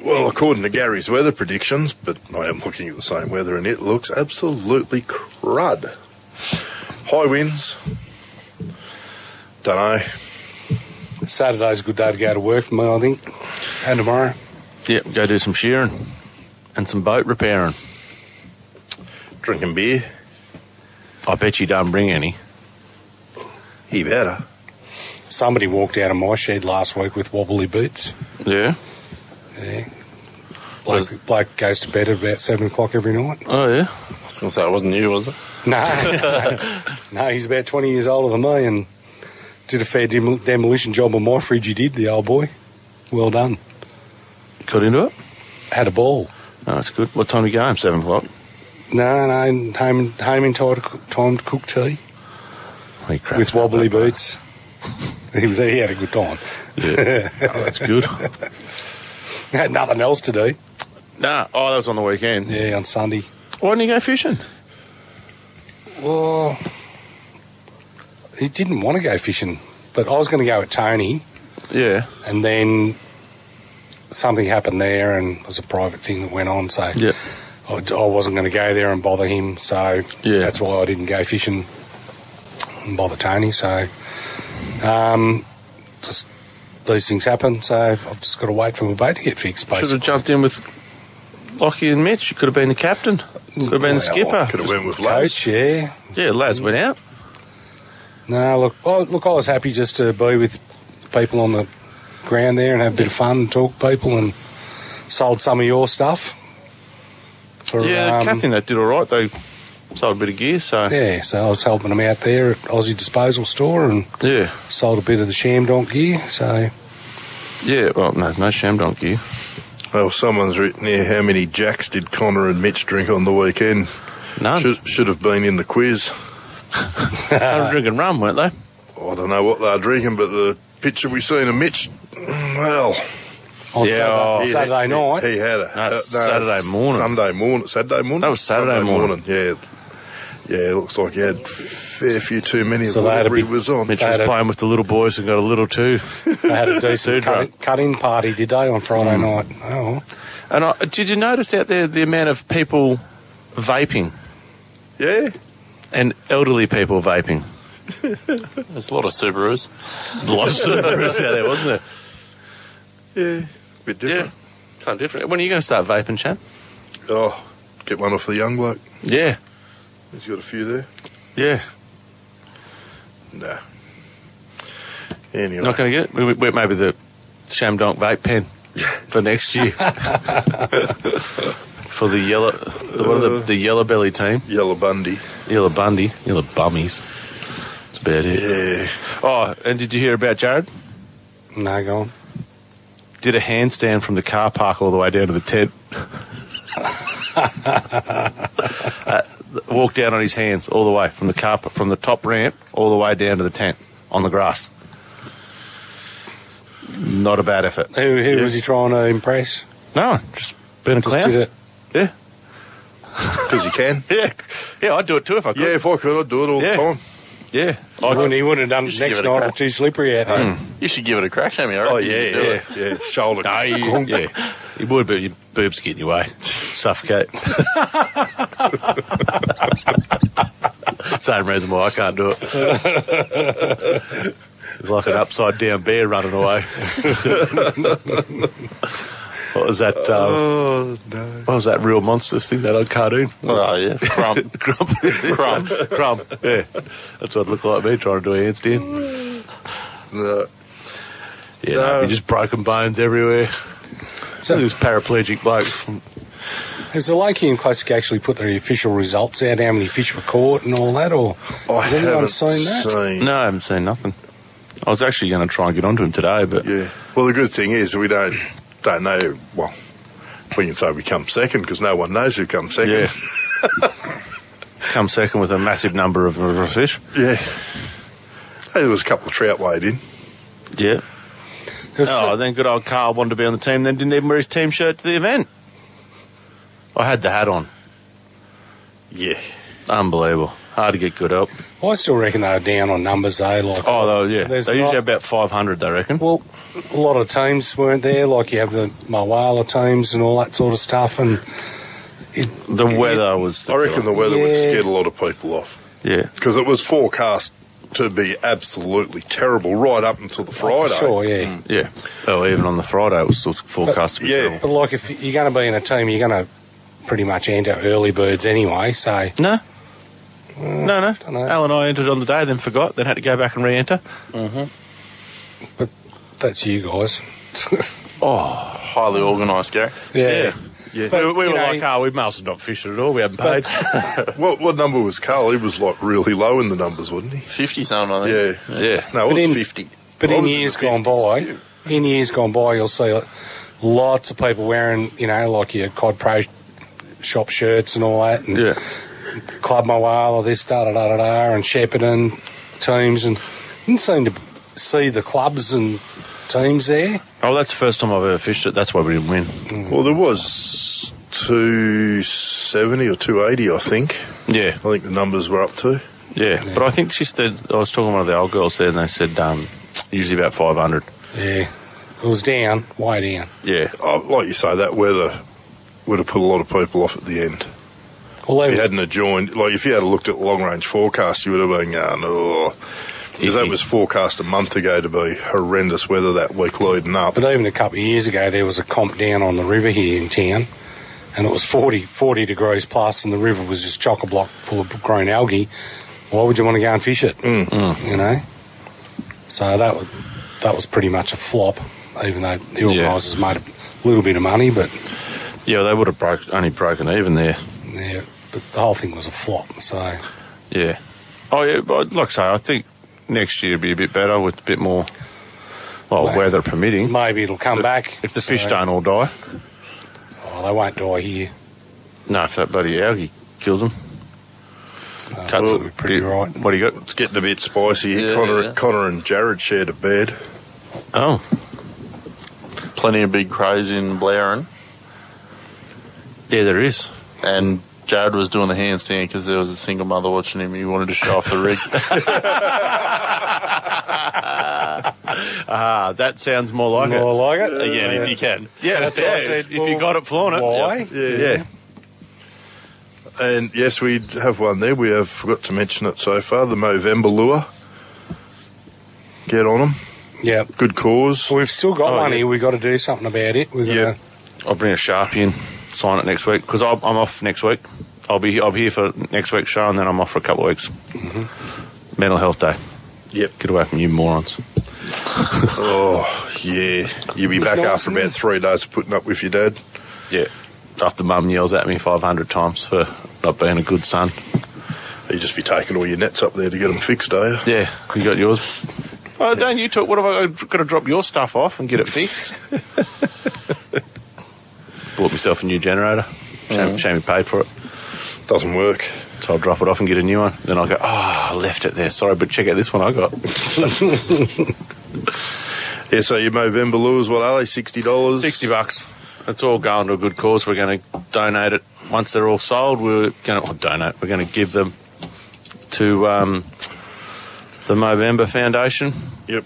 Well, according to Gary's weather predictions, but I am looking at the same weather and it looks absolutely crud. High winds. Dunno. Saturday's a good day to go to work for me, I think, and tomorrow. Yep, go do some shearing and some boat repairing. Drinking beer. I bet you don't bring any. He better. Somebody walked out of my shed last week with wobbly boots. Yeah. Yeah. Bloke, bloke goes to bed at about seven o'clock every night. Oh yeah. I was going to say it wasn't you, was it? No, no, he's about 20 years older than me and did a fair dem- demolition job on my fridge. He did, the old boy. Well done. Got into it? Had a ball. Oh, that's good. What time do you go home? Seven o'clock. No, no, home, home in time to, cook, time to cook tea Holy crap. with wobbly boots. He was he had a good time. Yeah. Oh, that's good. Had nothing else to do. Nah. Oh, that was on the weekend. Yeah, on Sunday. Why didn't you go fishing? Well, he didn't want to go fishing, but I was going to go with Tony. Yeah. and then something happened there, and it was a private thing that went on. So Yeah. I, I wasn't going to go there and bother him. So Yeah. that's why I didn't go fishing and bother Tony. So um, just these things happen. So I've just got to wait for my boat to get fixed. Should Basically, have jumped in with Lockie and Mitch. You could have been the captain. Could have been the skipper. Could have went with lads. coach, yeah. Yeah, lads went out. No, look, I, look, I was happy just to be with people on the ground there and have a bit of fun and talk to people and sold some of your stuff. For, yeah, um, the captain that did all right. They sold a bit of gear, so Yeah, so I was helping them out there at Aussie Disposal Store and yeah, sold a bit of the sham donk gear. So yeah. Well, no, no sham donk gear. Oh, someone's written here how many jacks did Connor and Mitch drink on the weekend? None. Should, should have been in the quiz. they were drinking rum, weren't they? I don't know what they're drinking, but the picture we seen of Mitch, mm, well, on Yeah, Saturday, oh, Saturday he- night, he, he had it. Uh, No, Saturday morning. Sunday morning, Saturday morning. That was Saturday morning. Yeah, Yeah, it looks like you had a fair few too many So of they had a whatever he big- was on. Mitch They was had a- playing with the little boys and got a little too. They had a decent Sudra. cutting, cutting party, did they, on Friday night? Oh, And I, did you notice out there the amount of people vaping? Yeah. And elderly people vaping. There's a lot of Subarus. A lot of Subarus out there, wasn't it? Yeah. Bit different. Yeah. Something different. When are you going to start vaping, champ? Oh, get one off the young bloke. Yeah. He's got a few there. Yeah. Nah. Anyway. Not going to get it? We, we, maybe the Shamdonk vape pen for next year. for the yellow, the, what are the, the yellow belly team? Yellow Bundy. Yellow Bundy. Yellow Bummies. That's about it. Yeah. Oh, and did you hear about Jared? no, go on. Did a handstand from the car park all the way down to the tent. uh, walked down on his hands all the way from the car from the top ramp all the way down to the tent on the grass. Not a bad effort. Who, who was he trying to impress? No, just been a Just clown. did it. Yeah. Because you can. yeah. Yeah, I'd do it too if I could. Yeah, if I could, I'd do it all yeah. the time. Yeah. He wouldn't, he wouldn't have done it should next give it a night. It crack. was too slippery out there. You should give it a crack, Sammy. I reckon Oh, you yeah, could do yeah, it. yeah. Shoulder. No, you, Conk. yeah. You would, but your boobs get in your way. Suffocate. Same reason why I can't do it. It's like an upside down bear running away. what was that? Um, Oh, no. What was that real monsters thing? That old cartoon? Oh, yeah. Crumb. Crumb. Crumb. Crumb. Yeah. That's what it looked like me trying to do a handstand. No. Yeah, no. No. just broken bones everywhere. So this paraplegic bloke. from- Has the Lakian Classic actually put the official results out, how many fish were caught and all that? Or Oh, I has anyone haven't seen er that? seen- No, I haven't seen nothing. I was actually going to try and get onto him today, but Yeah. Well, the good thing is we don't don't know. Well, we can say we come second because no one knows who comes Yeah. second. come second with a massive number of of fish. Yeah. Hey, there was a couple of trout weighed in. Yeah. There's Oh, then good old Carl wanted to be on the team, then didn't even wear his team shirt to the event. I had the hat on. Yeah. Unbelievable. Hard to get good help. I still reckon they were down on numbers, though. Like, Oh, they, yeah. There's they usually not- have about 500, they reckon. Well, a lot of teams weren't there, like you have the Mawala teams and all that sort of stuff. And The weather was. The I reckon the weather would have Yeah. scared a lot of people off Yeah. because it was forecast to be absolutely terrible right up until the Oh, for Friday. sure, yeah. Yeah. Oh, even on the Friday, it was still forecast to be Yeah. terrible. But like, if you're going to be in a team, you're going to pretty much enter early birds anyway. So No. No, no. know. Al and I entered on the day, then forgot, then had to go back and re enter. that's you guys. Oh, Highly organised, Gary. yeah. Yeah. we, we you were know- like, oh, we must have not fished at all. We haven't paid. What what number was Carl? He was like really low in the numbers, wasn't he? 50 something, I think. Yeah. yeah. No, it But was in- fifty. But I in was the years gone 50s. by, in years gone by, you'll see lots of people wearing, you know, like your Cod Pro shop shirts and all that, and Yeah. Club Moala, this, da da da da da, and Shepparton teams, and didn't seem to see the clubs and teams there. Oh, that's the first time I've ever fished it. That's why we didn't win. Well, there was two seventy or two eighty, I think. Yeah. I think the numbers were up to. Yeah. But I think she said, I was talking to one of the old girls there, and they said um, usually about 500. Yeah, it was down, way down. Yeah. Oh, like you say, that weather would have put a lot of people off at the end. Well, If you they, hadn't have joined, like if you had looked at the long range forecast, you would have been going, oh. Because that was forecast a month ago to be horrendous weather that week leading up. but even a couple of years ago, there was a comp down on the river here in town, and it was 40, 40 degrees plus, and the river was just chock a block full of grown algae. Why would you want to go and fish it? Mm. You know, so that was that was pretty much a flop. Even though the Yeah. organisers made a little bit of money, but Yeah, they would have broke, only broken even there. yeah, but the whole thing was a flop. So Yeah. Oh, yeah. But like I say, I think next year will be a bit better with a bit more, well, Well, weather permitting. maybe it'll come If- back If the fish So- don't all die. Oh, they won't die here. No, if that bloody algae kills them. Uh, Cuts it'll them. be pretty right. What do you got? It's getting a bit spicy here. Yeah, Connor, yeah. Connor and Jared shared a bed. Oh, Plenty of big craze in Blairin. yeah, there is. And Jared was doing the handstand because there was a single mother watching him. He wanted to show off the rig. Ah, that sounds more like it. More Oh, like it? Again, if you can. Yeah, That's yeah, what I if- said. If you got it, flaunt it. Why? Yeah. yeah. And yes, we have one there. We have forgot to mention it so far. The Movember lure. Get on them. Yeah. Good cause. We've still got Oh, one yeah. here. We've got to do something about it. We've got to I'll bring a sharpie in, sign it next week because I'm I'm off next week. I'll be I'll be here for next week's show and then I'm off for a couple of weeks. Mental Health Day. Yep. Get away from you morons. oh, yeah. You'll be back after about three days of putting up with your dad. Yeah. After mum yells at me 500 times for not being a good son. You just be taking all your nets up there to get them fixed, are you? Yeah. You got yours? Oh, don't you talk. What have I got to drop your stuff off and get it fixed? Bought myself a new generator. Shame, Mhm. shame you paid for it. Doesn't work. So I'll drop it off and get a new one. Then I'll go, oh, I left it there. Sorry, but check out this one I got. Yeah, so your Movember lures, what are they? Sixty dollars. Sixty bucks. It's all going to a good cause. We're going to donate it once they're all sold. We're going to well, donate. We're going to give them to um, the Movember Foundation. Yep.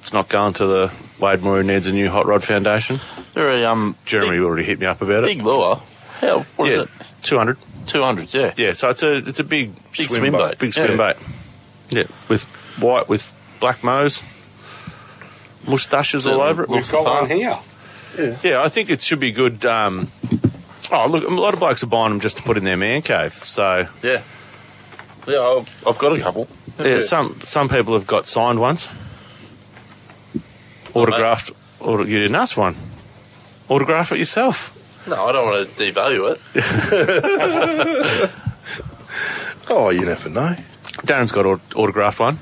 It's not going to the Wade Moore Who Needs a New Hot Rod Foundation. They're a, um, Jeremy already hit me up about big it. lure. Hell, what is yeah, it? two hundred. 200, yeah. Yeah, so it's a it's a big, Big swim bait. big swim Yeah. bait. Yeah, with white with black mows, mustaches all over it. We've got one here. Yeah. I think it should be good. Um, oh, look, a lot of blokes are buying them just to put in their man cave. So yeah, Yeah, I've, I've got a couple. yeah, some some people have got signed ones, autographed. Or you didn't ask one. Autograph it yourself. No, I don't want to devalue it. Oh, you never know. Darren's got an autographed one.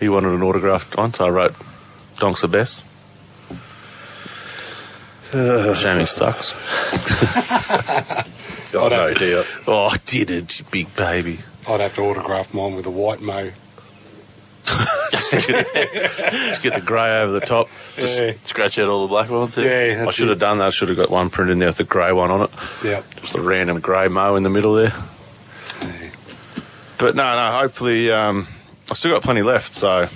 He wanted an autographed one, so I wrote, "Donk's the best." Shame he sucks. Oh, no doubt. Oh, I did it, you big baby. I'd have to autograph mine with a white mo. Just get the grey over the top. Just Yeah. scratch out all the black ones. yeah. Yeah, that's I should have done that. I should have got one printed in there with the grey one on it. Yeah. Just a random grey mo in the middle there. But no, no, hopefully, um, I've still got plenty left, so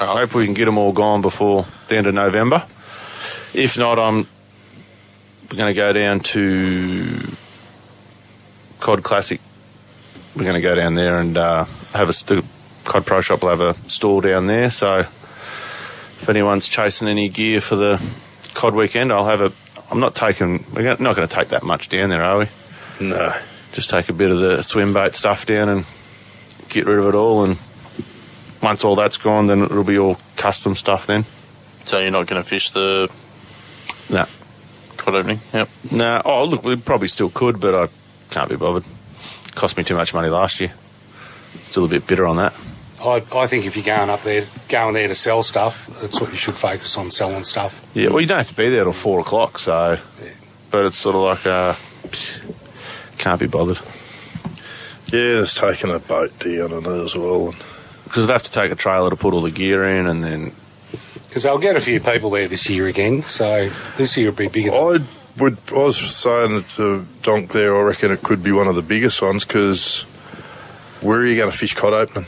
I hope Uh, we can get them all gone before the end of November. If not, I'm going to go down to COD Classic. We're going to go down there and uh, have a st- COD Pro Shop will have a stall down there. So if anyone's chasing any gear for the COD weekend, I'll have a. I'm not taking. We're not going to take that much down there, are we? No. Just take a bit of the swim bait stuff down and get rid of it all. And once all that's gone, then it'll be all custom stuff. Then so you're not going to fish the no, cod opening? Yep. no. oh, look, we probably still could, but I can't be bothered. Cost me too much money last year. Still a bit bitter on that. I, I think if you're going up there, going there to sell stuff, that's what you should focus on selling stuff. Yeah, well, you don't have to be there till four o'clock, so. But it's sort of like, uh, can't be bothered. Yeah, it's taking a boat down and that as well. Because I'd have to take a trailer to put all the gear in and then. Because they'll get a few people there this year again, so this year will be bigger. I would. I was saying to Donk there. I reckon it could be one of the biggest ones because where are you going to fish cod opening?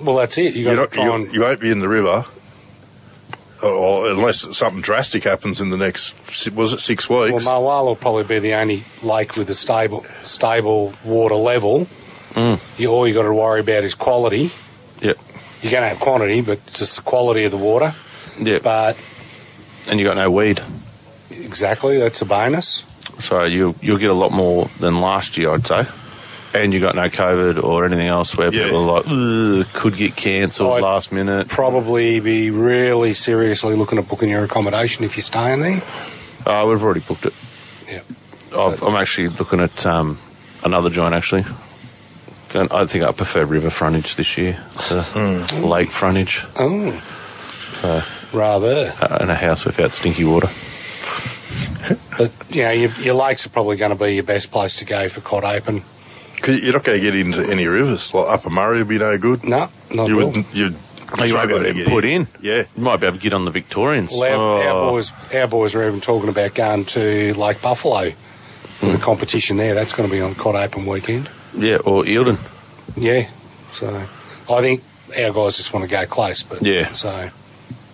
Well, that's it. You Oh. got You're to not- try you- and you won't be in the river, or, or unless something drastic happens in the next. si- Was it six weeks? Well, Marwala will probably be the only lake with a stable stable water level. Mm. You, all you got to worry about is quality. Yep. You're going to have quantity, but it's just the quality of the water. Yeah. But And you got no weed. exactly, that's a bonus. So you, you'll get a lot more than last year, I'd say. And you got no COVID or anything else where people are like, "Ugh, could get cancelled I'd last minute. Probably be really seriously looking at booking your accommodation if you're staying there. Uh, we've already booked it. Yeah. I've, I'm actually looking at um, another joint, actually. Going- I think I prefer river frontage this year, to lake frontage. Oh, So, rather. uh, and a house without stinky water. But you know, your, your lakes are probably going to be your best place to go for cod open. 'Cause you're not going to get into any rivers. Like Upper Murray would be no good. No, not you at all. wouldn't. You'd Oh, you might be able to get put in. Yeah. You might be able to get on the Victorians. Well, our, our Oh. boys, our boys are even talking about going to Lake Buffalo for the competition there. That's going to be on Cod Open weekend. Yeah, or Eildon. Yeah, so I think our guys just want to go close, but Yeah. so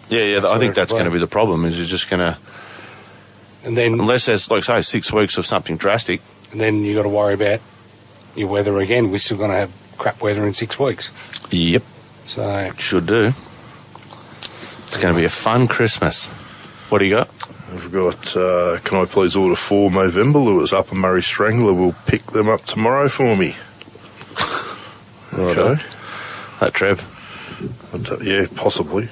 Yeah, yeah. That's I think where that's it'll going to be the problem. Is you're just going to, and then unless there's like say six weeks of something drastic. and then you got to worry about your weather again. We're still going to have crap weather in six weeks. Yep, So should do. It's going to be a fun Christmas. What do you got? I've got, uh, can I please order four Movember lures? Upper Murray Strangler will pick them up tomorrow for me. Righto. That Uh, Trev. Yeah, possibly.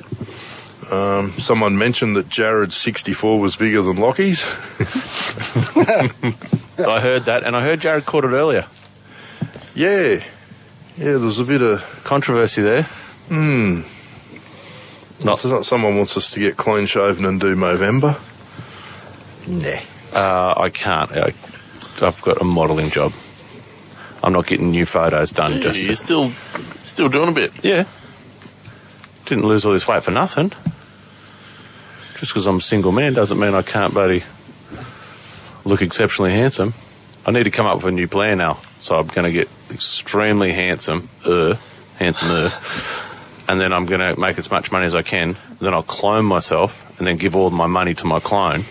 Um, someone mentioned that Jared's 64 was bigger than Lockie's. I heard that, and I heard Jared caught it earlier. Yeah, yeah. There's a bit of controversy there. Hmm. Not, so not someone wants us to get clean shaven and do Movember. Nah. Uh, I can't. I, I've got a modelling job. I'm not getting new photos done. Gee, just you're still still doing a bit. Yeah. Didn't lose all this weight for nothing. Just because I'm a single man doesn't mean I can't, buddy, look exceptionally handsome. I need to come up with a new plan now. So I'm going to get extremely handsome, er, handsomer, and then I'm going to make as much money as I can. Then I'll clone myself and then give all my money to my clone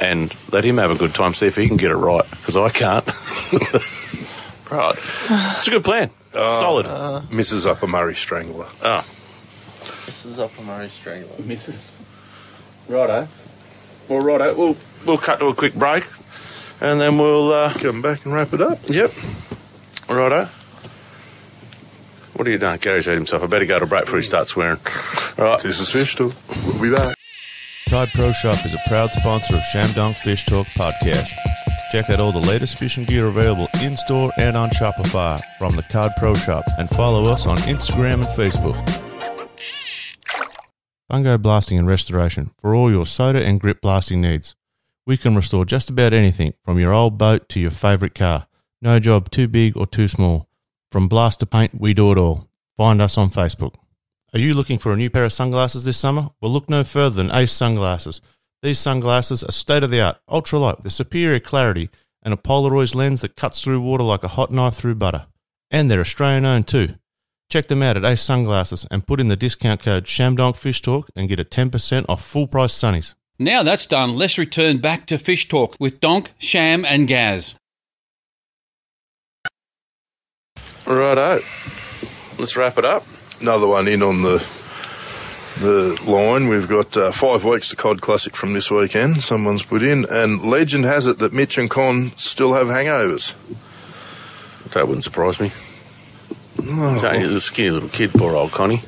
and let him have a good time, see if he can get it right, because I can't. right. It's a good plan. Solid. Mrs. Upper Murray Strangler. Ah. This is up a Murray Strangler. Mrs. Righto. Well, righto. We'll we'll cut to a quick break, and then we'll uh, come back and wrap it up. Yep. Righto. What are you doing? Gary's hurt himself. I better go to break before he starts swearing. All right. This is Fish Talk. We'll be back. Cod Pro Shop is a proud sponsor of Shamdong Fish Talk Podcast. Check out all the latest fishing gear available in store and on Shopify from the Cod Pro Shop and follow us on Instagram and Facebook. Fungo Blasting and Restoration for all your soda and grip blasting needs. We can restore just about anything from your old boat to your favorite car. No job too big or too small. From blast to paint, we do it all. Find us on Facebook. Are you looking for a new pair of sunglasses this summer? Well, look no further than Ace Sunglasses. These sunglasses are state of the art, ultralight with superior clarity and a Polaroid lens that cuts through water like a hot knife through butter. And they're Australian owned too. Check them out at Ace Sunglasses and put in the discount code ShamDonkFishTalk and get a 10% off full price sunnies. Now that's done, let's return back to Fish Talk with Donk, Sham, and Gaz. Righto. Let's wrap it up. Another one in on the the line. We've got uh, five weeks to Cod Classic from this weekend. Someone's put in, and legend has it that Mitch and Con still have hangovers. That wouldn't surprise me. He's only a skinny little kid, poor old Connie.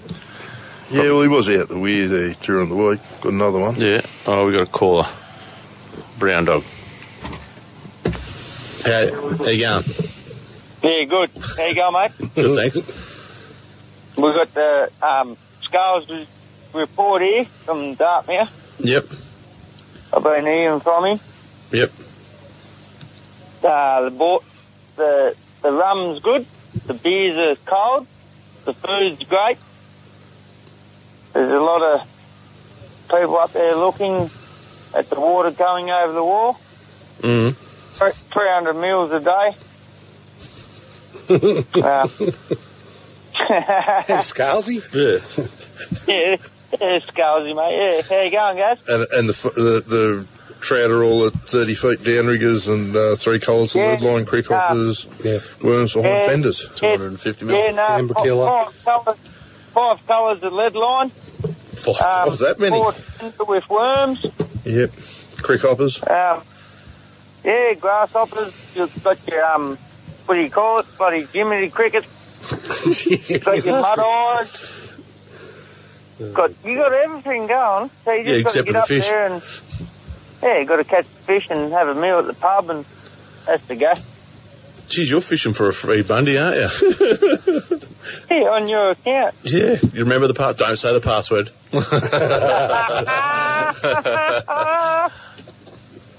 Yeah, well, he was out the weir there during the week. Got another one. Yeah. Oh, we got a caller. Brown dog. How, how you going? Yeah, good. How you going, mate? Good, thanks. We've got the um, Scales re- report here from Dartmouth. Yep. I've been hearing from him. Yep. Uh, the, bo- the the rum's good. The beers are cold. The food's great. There's a lot of people up there looking at the water going over the wall. Mm. Thr- 300 meals a day. Uh, Scalzi? Yeah. yeah, yeah, Scalzi, mate. Yeah, how you going, guys? And, and the, f- the the trout are all at 30 feet downriggers and uh, three coals, Yeah. lead line, creek hoppers, worms behind Yeah. fenders. Yeah, Yeah, no, Canberra five, five colours, five colours of lead line. Five colours, that many? um, Four tender with worms. Yep. Creek hoppers. Um, yeah, grasshoppers. You've got your um, what do you call it? Bloody Jiminy cricket. You've got your mud eyes. Got you got everything going. So you Yeah, just except for got to get the up fish. there and yeah, you got to catch the fish and have a meal at the pub, and that's the go. Geez, you're fishing for a free Bundy, aren't you? Yeah, on your account. yeah. You remember the part? Don't say the password.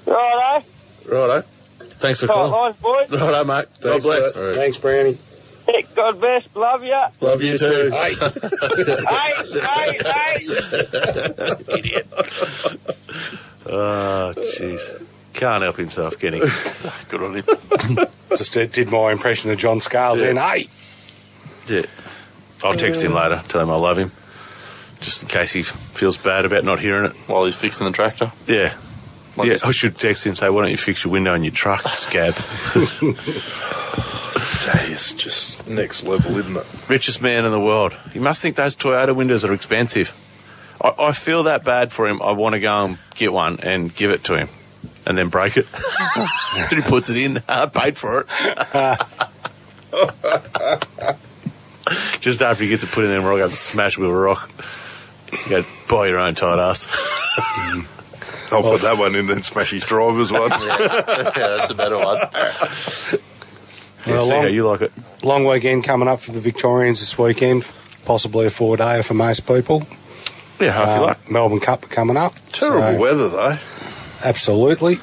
Righto. Righto. Thanks for Tight calling. lines, boys. Righto, mate. God Thanks, bless. uh, Thanks, Brownie. Yeah, God bless. Love ya. Love you too. hey, hey, hey. Oh, jeez. can't help himself, can he? Good on him. Just did, did my impression of John Scales Yeah. then. Hey, Yeah. I'll text him Uh. later, tell him I love him, just in case he f- feels bad about not hearing it. While he's fixing the tractor? Yeah. yeah, I should text him and say, why don't you fix your window in your truck, scab? That is just next level, isn't it? Richest man in the world. You must think those Toyota windows are expensive. I, I feel that bad for him. I want to go and get one and give it to him and then break it. but he puts it in. I paid for it. Just after he gets it put in there, rock up, smash it with a rock. You go, buy your own tight ass. I'll put that one in, then smash his driver's one. that's the better one. Yeah, see how you like it. Long weekend coming up for the Victorians this weekend. Possibly a four day for most people. Uh, Yeah, half your luck. Melbourne Cup coming up. Terrible So- weather, though. Absolutely.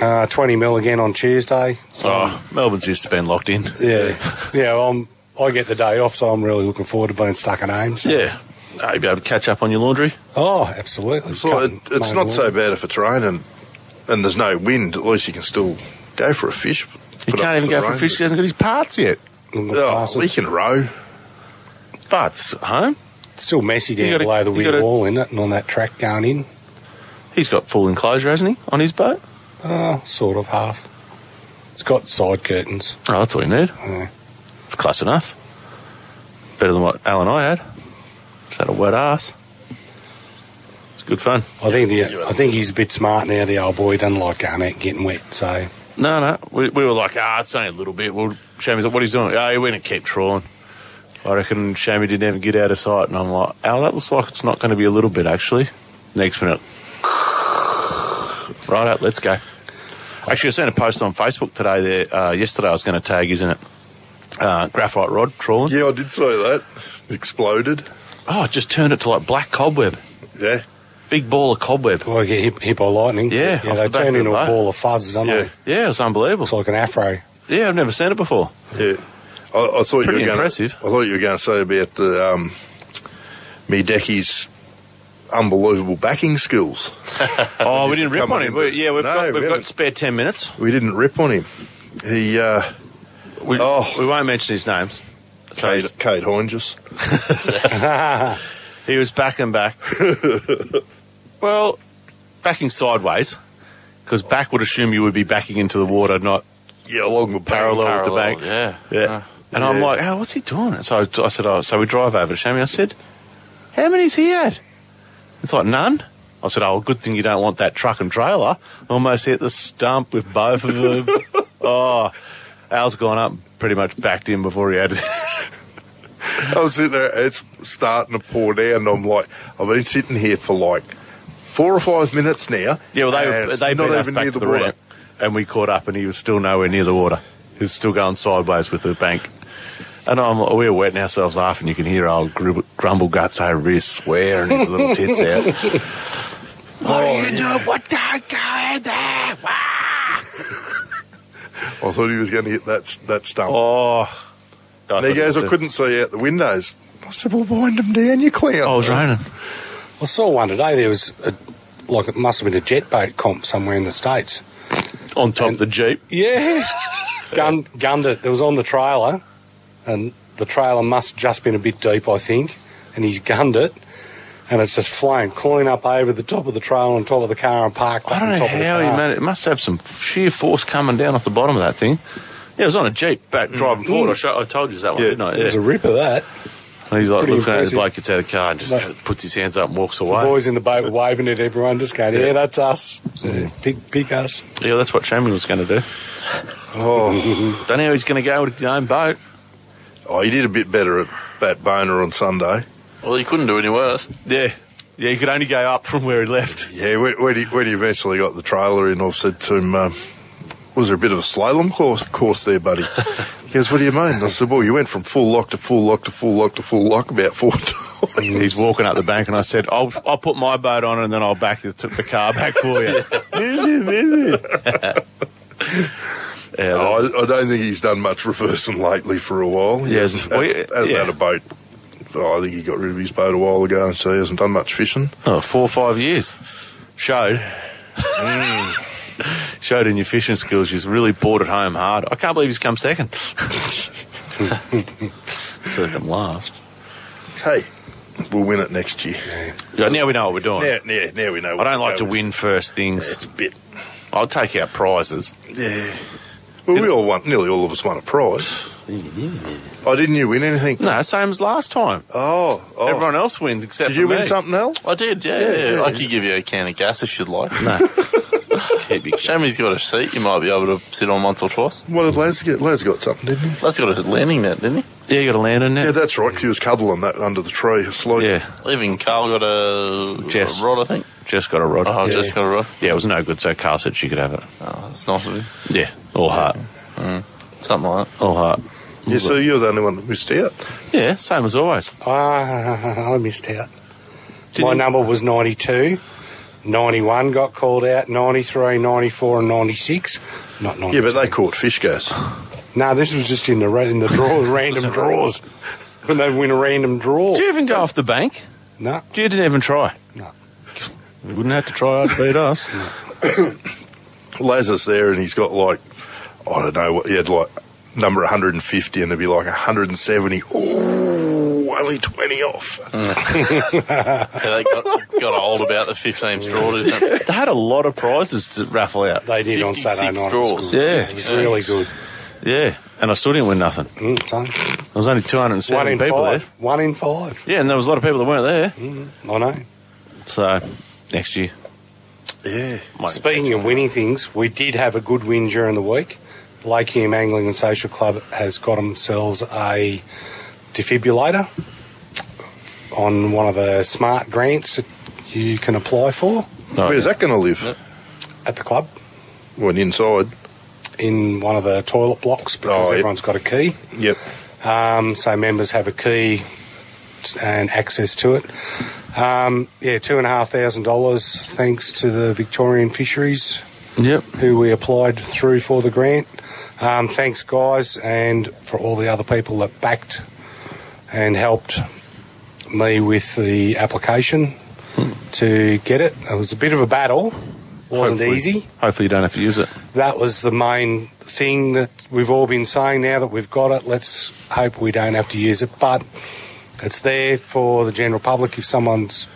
Uh, 20 mil again on Tuesday. Oh, Melbourne's used to being locked in. Yeah. yeah, well, I'm, I get the day off, so I'm really looking forward to being stuck at home. So. Yeah. Uh, you'll be able to catch up on your laundry. Oh, absolutely. It's, like, Cutting it's my not lawn. so bad if it's raining and there's no wind. At least you can still go for a fish. He can't even go for a fish. He hasn't got his parts yet. Oh, he can row. But it's home. It's still messy You down gotta- below the you weird gotta- wall in it and on that track going in. He's got full enclosure, hasn't he, on his boat? Uh, sort of half. It's got side curtains. Oh, that's all you need. Yeah. It's close enough. Better than what Al and I had. Just had a wet ass. It's good fun. I think the I think he's a bit smart now. The old boy doesn't like going out and getting wet. So No, no. We, we were like, ah, it's only a little bit. Well, Shammy's like, what he's doing? Oh, he went and kept trawling. I reckon Shammy didn't even get out of sight. And I'm like, Al, that looks like it's not going to be a little bit, actually. Next minute. Right out, let's go. Actually, I seen a post on Facebook today there. Uh, yesterday I was going to tag, isn't it? Uh, graphite rod trawling. Yeah, I did say that. Exploded. Oh, I just turned it to like black cobweb. Yeah. Big ball of cobweb. Well, you get hit, hit by lightning. Yeah, yeah off they the back of turn into the a boat. ball of fuzz, don't Yeah. they? Yeah, it was unbelievable. It's like an afro. Yeah, I've never seen it before. Yeah, I, I thought you were Pretty going. impressive. I thought you were going to say about the um, Mideki's unbelievable backing skills. Oh, we didn't rip Come on on him. in. We, yeah, we've No, got, we we've got haven't. spare 10 minutes. We didn't rip on him. He. Uh, We, oh. we won't mention his names. So Cade, Cade Hines. he was back and back. well, backing sideways, because back would assume you would be backing into the water, not yeah along the parallel, with the Parallel, bank. yeah. yeah. And I'm Yeah. like, oh, what's he doing? So I, I said, oh, so we drive over to Shammy. I said, how many's he had? It's like none. I said, oh, good thing you don't want that truck and trailer. Almost hit the stump with both of them. oh, Al's gone up, and pretty much backed in before he had it. I was sitting there. It's starting to pour down. And I'm like, I've been sitting here for like four or five minutes now. Yeah, well, they and were, it's they not beat us even back near to the, the water. ramp, and we caught up, and he was still nowhere near the water. He was still going sideways with the bank, and I'm we were wetting ourselves off, and you can hear old grub- grumble guts over wrist swearing his little tits out. What are you doing? What the heck are there? I thought he was going to hit that s- that stump. Oh, and he thought he goes, would I do. couldn't see out the windows. I said, well, wind him down, you clown. Oh, I was raining. I saw one today. There was a, like it must have been a jet boat comp somewhere in the states. On top of the jeep. Yeah, gunned, gunned it. It was on the trailer, and the trailer must have just been a bit deep, I think. And he's gunned it, and it's just flown clean up over the top of the trailer, on top of the car, and parked I up don't on know top of the how car. he managed. It must have some sheer force coming down off the bottom of that thing. Yeah, it was on a jeep back driving forward. I, show, I told you that one, Mm. Yeah, didn't I? It was Yeah. a rip of that. And he's like Pretty looking at his impressive. bloke gets out of the car and just Like- puts his hands up and walks The away. boys in the boat were waving at everyone, just going, "Yeah, Yeah. that's us. Yeah, Big, big us." Yeah, that's what Shaman was going to do. Oh. Don't know how he's going to go with his own boat. Oh, he did a bit better at Bat Boner on Sunday. Well, he couldn't do any worse. Yeah. Yeah, he could only go up from where he left. Yeah, when, when, he, when he eventually got the trailer in, I said to him, um, was there a bit of a slalom course, course there, buddy? He goes, what do you mean? I said, well, you went from full lock to full lock to full lock to full lock about four times. He's walking up the bank, and I said, I'll, I'll put my boat on and then I'll back the, took the car back for you. I, I don't think he's done much reversing lately for a while. He Yeah, hasn't, well, hasn't- yeah, hasn't yeah. had a boat. Oh, I think he got rid of his boat a while ago, so he hasn't done much fishing. Oh, four or five years. Showed. showed in your fishing skills. You've really brought it home hard. I can't believe he's come second. second last. Hey, we'll win it next year. Yeah, now we know what we're doing. Now, now, now we know. I don't what like to goes. win first things. it's a bit. I'll take out prizes. Yeah. Well, we all won. Nearly all of us won a prize. Oh, didn't you win anything? No, same as last time. Oh, oh. Everyone else wins except Did for you win me. something else? I did, yeah. Yeah, yeah, yeah, I yeah. could give you a can of gas if you'd like. No. Shammy's got a seat. You might be able to sit on once or twice. What did Les get? Les got something, didn't he? That's got a landing net, didn't he? Yeah, you got a landing net. Yeah, that's right. 'cause he was cuddling that under the tree, asleep. Yeah, Even Carl got a, Jess. a rod, I think. Just got a rod. Oh, yeah. Jess got a rod. Yeah, it was no good. So Carl said she could have it. Oh, that's nice of him. Yeah, all heart, Something like all heart. Yeah, so you're the only one that missed out. Yeah, same as always. Ah, I missed out. Didn't- My number was 92. 91 got called out, 93, 94, and 96. Not 90. Yeah, but they caught fish gas. No, this was just in the, ra- in the draws, random draws. When they win a random draw. Do you even go off the bank? No. You didn't even try. No. You wouldn't have to try to beat us. Lazarus there, and he's got like, I don't know, what he had like number 150, and it'd be like 170. Ooh, only 20 off. that. Yeah, they got, got old about the 15th draw, didn't they? They had a lot of prizes to raffle out. They did on 56 Saturday night. It was draws. good. Yeah. It was really good. Yeah, and I still didn't win nothing. Mm, so, There was only one 207 in people eh? five. One in five. there. Yeah, and there was a lot of people that weren't there. I know. So next year, Yeah. might- Speaking of winning things, we did have a good win during the week. Lakeham Angling and Social Club has got themselves a defibrillator on one of the smart grants that you can apply for no, Where's that going to live? at the club Well, inside. in one of the toilet blocks because Oh, yep. everyone's got a key. Yep. Um, so members have a key and access to it. Um, yeah, two and a half thousand dollars thanks to the Victorian Fisheries Yep. who we applied through for the grant. Um, thanks, guys, and for all the other people that backed and helped me with the application Hmm. to get it. It was a bit of a battle, wasn't Hopefully. easy. Hopefully, you don't have to use it. That was the main thing that we've all been saying now that we've got it. Let's hope we don't have to use it, but it's there for the general public if someone's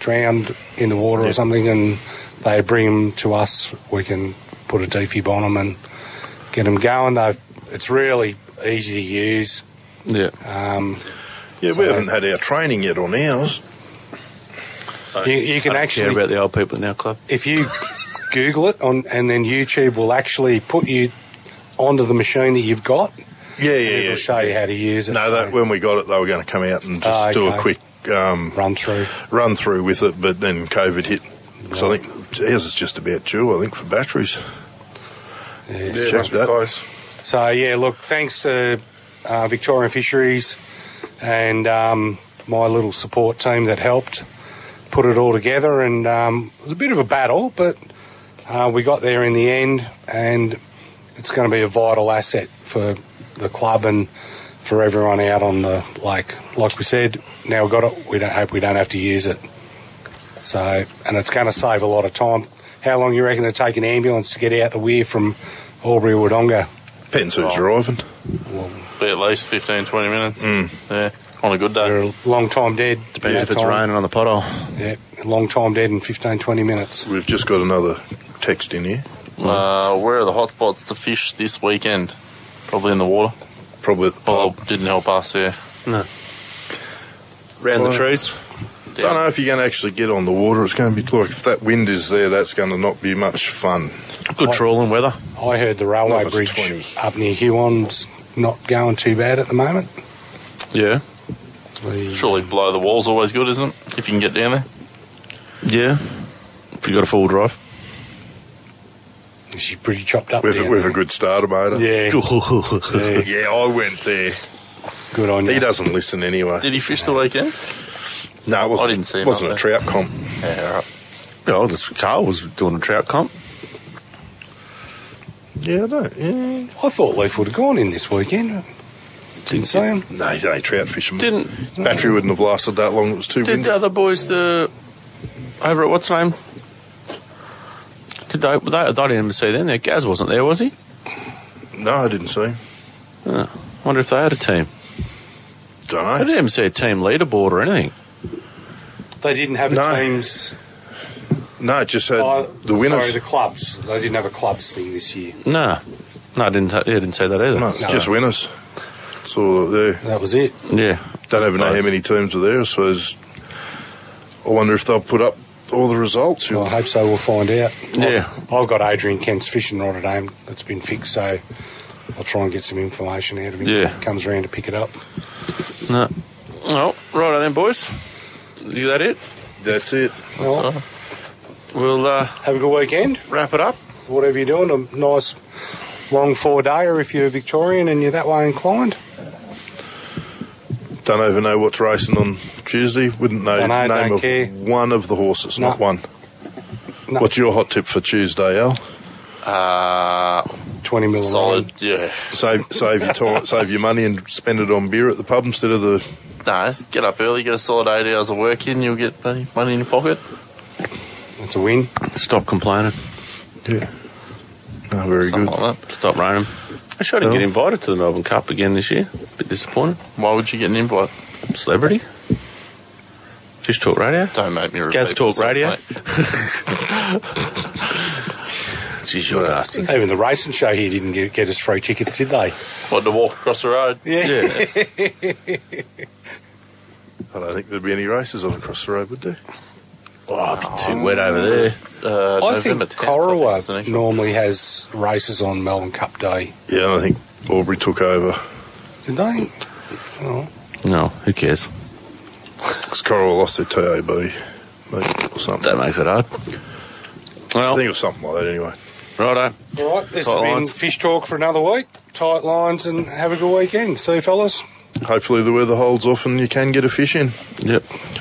drowned in the water or something and they bring them to us, we can put a defi on them and get them going. They've, it's really easy to use. Yeah. Um, Yeah, So- we haven't had our training yet on ours. you, you I don't can care actually about the old people in our club. if you Google it on, and then YouTube will actually put you onto the machine that you've got. Yeah, yeah, It'll yeah. show you how to use it. No, that, so when we got it, they were going to come out and just Ah, do a okay. quick um, run through. run through with it, but then COVID hit. So I think ours is just about due, I think, for batteries. Yeah. Check that. So yeah, look, thanks to uh, Victorian Fisheries and um, my little support team that helped put it all together, and um, it was a bit of a battle, but uh, we got there in the end, and it's going to be a vital asset for the club and for everyone out on the lake. Like we said, now we've got it. We don't hope we don't have to use it. So, and it's going to save a lot of time. How long you reckon it'll take an ambulance to get out the weir from Albury Wodonga? Depends Oh. who's driving. Be at least 15, 20 minutes. Hmm. Yeah, on a good They're day. a long time dead. Depends Yeah, if it's time. raining on the pothole. Yeah, long time dead in 15, 20 minutes. We've just got another text in here. Uh, where are the hot spots to fish this weekend? Probably in the water. Probably at the Well, Oh. pub. didn't help us there. Round Well, the trees. Don't know if you're going to actually get on the water. It's going to be like if that wind is there, that's going to not be much fun. Good I- trawling weather. I heard the railway Novice bridge 20. up near Hewon's not going too bad at the moment. Yeah. The- Surely below the wall's always good, isn't it? If you can get down there. Yeah. If you got a four wheel drive. She's pretty chopped up. With a, down with a good starter motor. there. yeah, yeah, Yeah, I went there. good on He you. doesn't listen anyway. Did he fish the weekend? No, it wasn't, I didn't see him wasn't a up trout comp. Yeah, all right. Yeah, well, that's, Carl was doing a trout comp. Yeah, I don't. Yeah. I thought Leaf would have gone in this weekend. Didn't see him. No, he's only trout fisherman. Didn't Battery wouldn't have lasted that long. It was too did uh, windy. the other boys uh, over at what's name? Did Did they, they, they didn't even see them there. Gaz wasn't there, was he? No, I didn't see. Oh, wonder if they had a team. Don't know. I didn't even see a team leaderboard or anything. They didn't have No. a teams. No, it just had the winners. Oh, Sorry, the clubs. They didn't have a clubs thing this year. No, no, I didn't. I didn't see that either. No, it's No. just winners. It's all up there. That was it. Yeah. Don't even know how many teams are there. I suppose. I wonder if they'll put up all the results. I hope so. We'll find out. Yeah. I've, I've got Adrian Kent's fishing rod at home that's been fixed, so I'll try and get some information out of him. Yeah. when he Comes around to pick it up. No. Oh, right then, boys. You that it? That's it. Well, We'll uh, have a good weekend. Wrap it up. Whatever you're doing, a nice long four day, or if you're Victorian and you're that way inclined. Don't even know what's racing on Tuesday. Wouldn't know Don't know, name don't of care. one of the horses. Not one. No. What's your hot tip for Tuesday, Al? Uh, Twenty mil. solid. Yeah. Save save your time, save your money, and spend it on beer at the pub instead of the. No, just get up early, get a solid eight hours of work in, you'll get money, money in your pocket. That's a win. Stop complaining. Yeah. No, very good. Stop running. I sure didn't No. get invited to the Melbourne Cup again this year. Bit disappointed. Why would you get an invite? Celebrity. Fish Talk Radio. Don't make me repeat Gaz Talk myself, Radio. mate. Jeez, you're nasty. Even the racing show here didn't get, get us free tickets, did they? What, to walk across the road? Yeah. I don't think there'd be any races on across the road, would there? Oh, it'd be too wet over there. Uh, I think Corowa normally has races on Melbourne Cup Day. Yeah, and I think Aubrey took over. Did they? Oh. No, who cares? Because Coral lost their TAB mate, or something. That makes it hard. Well, I think it was something like that anyway. Righto. All right, this Tight has been lines. Fish Talk for another week. Tight lines and have a good weekend. See you, fellas. Hopefully the weather holds off and you can get a fish in. Yep.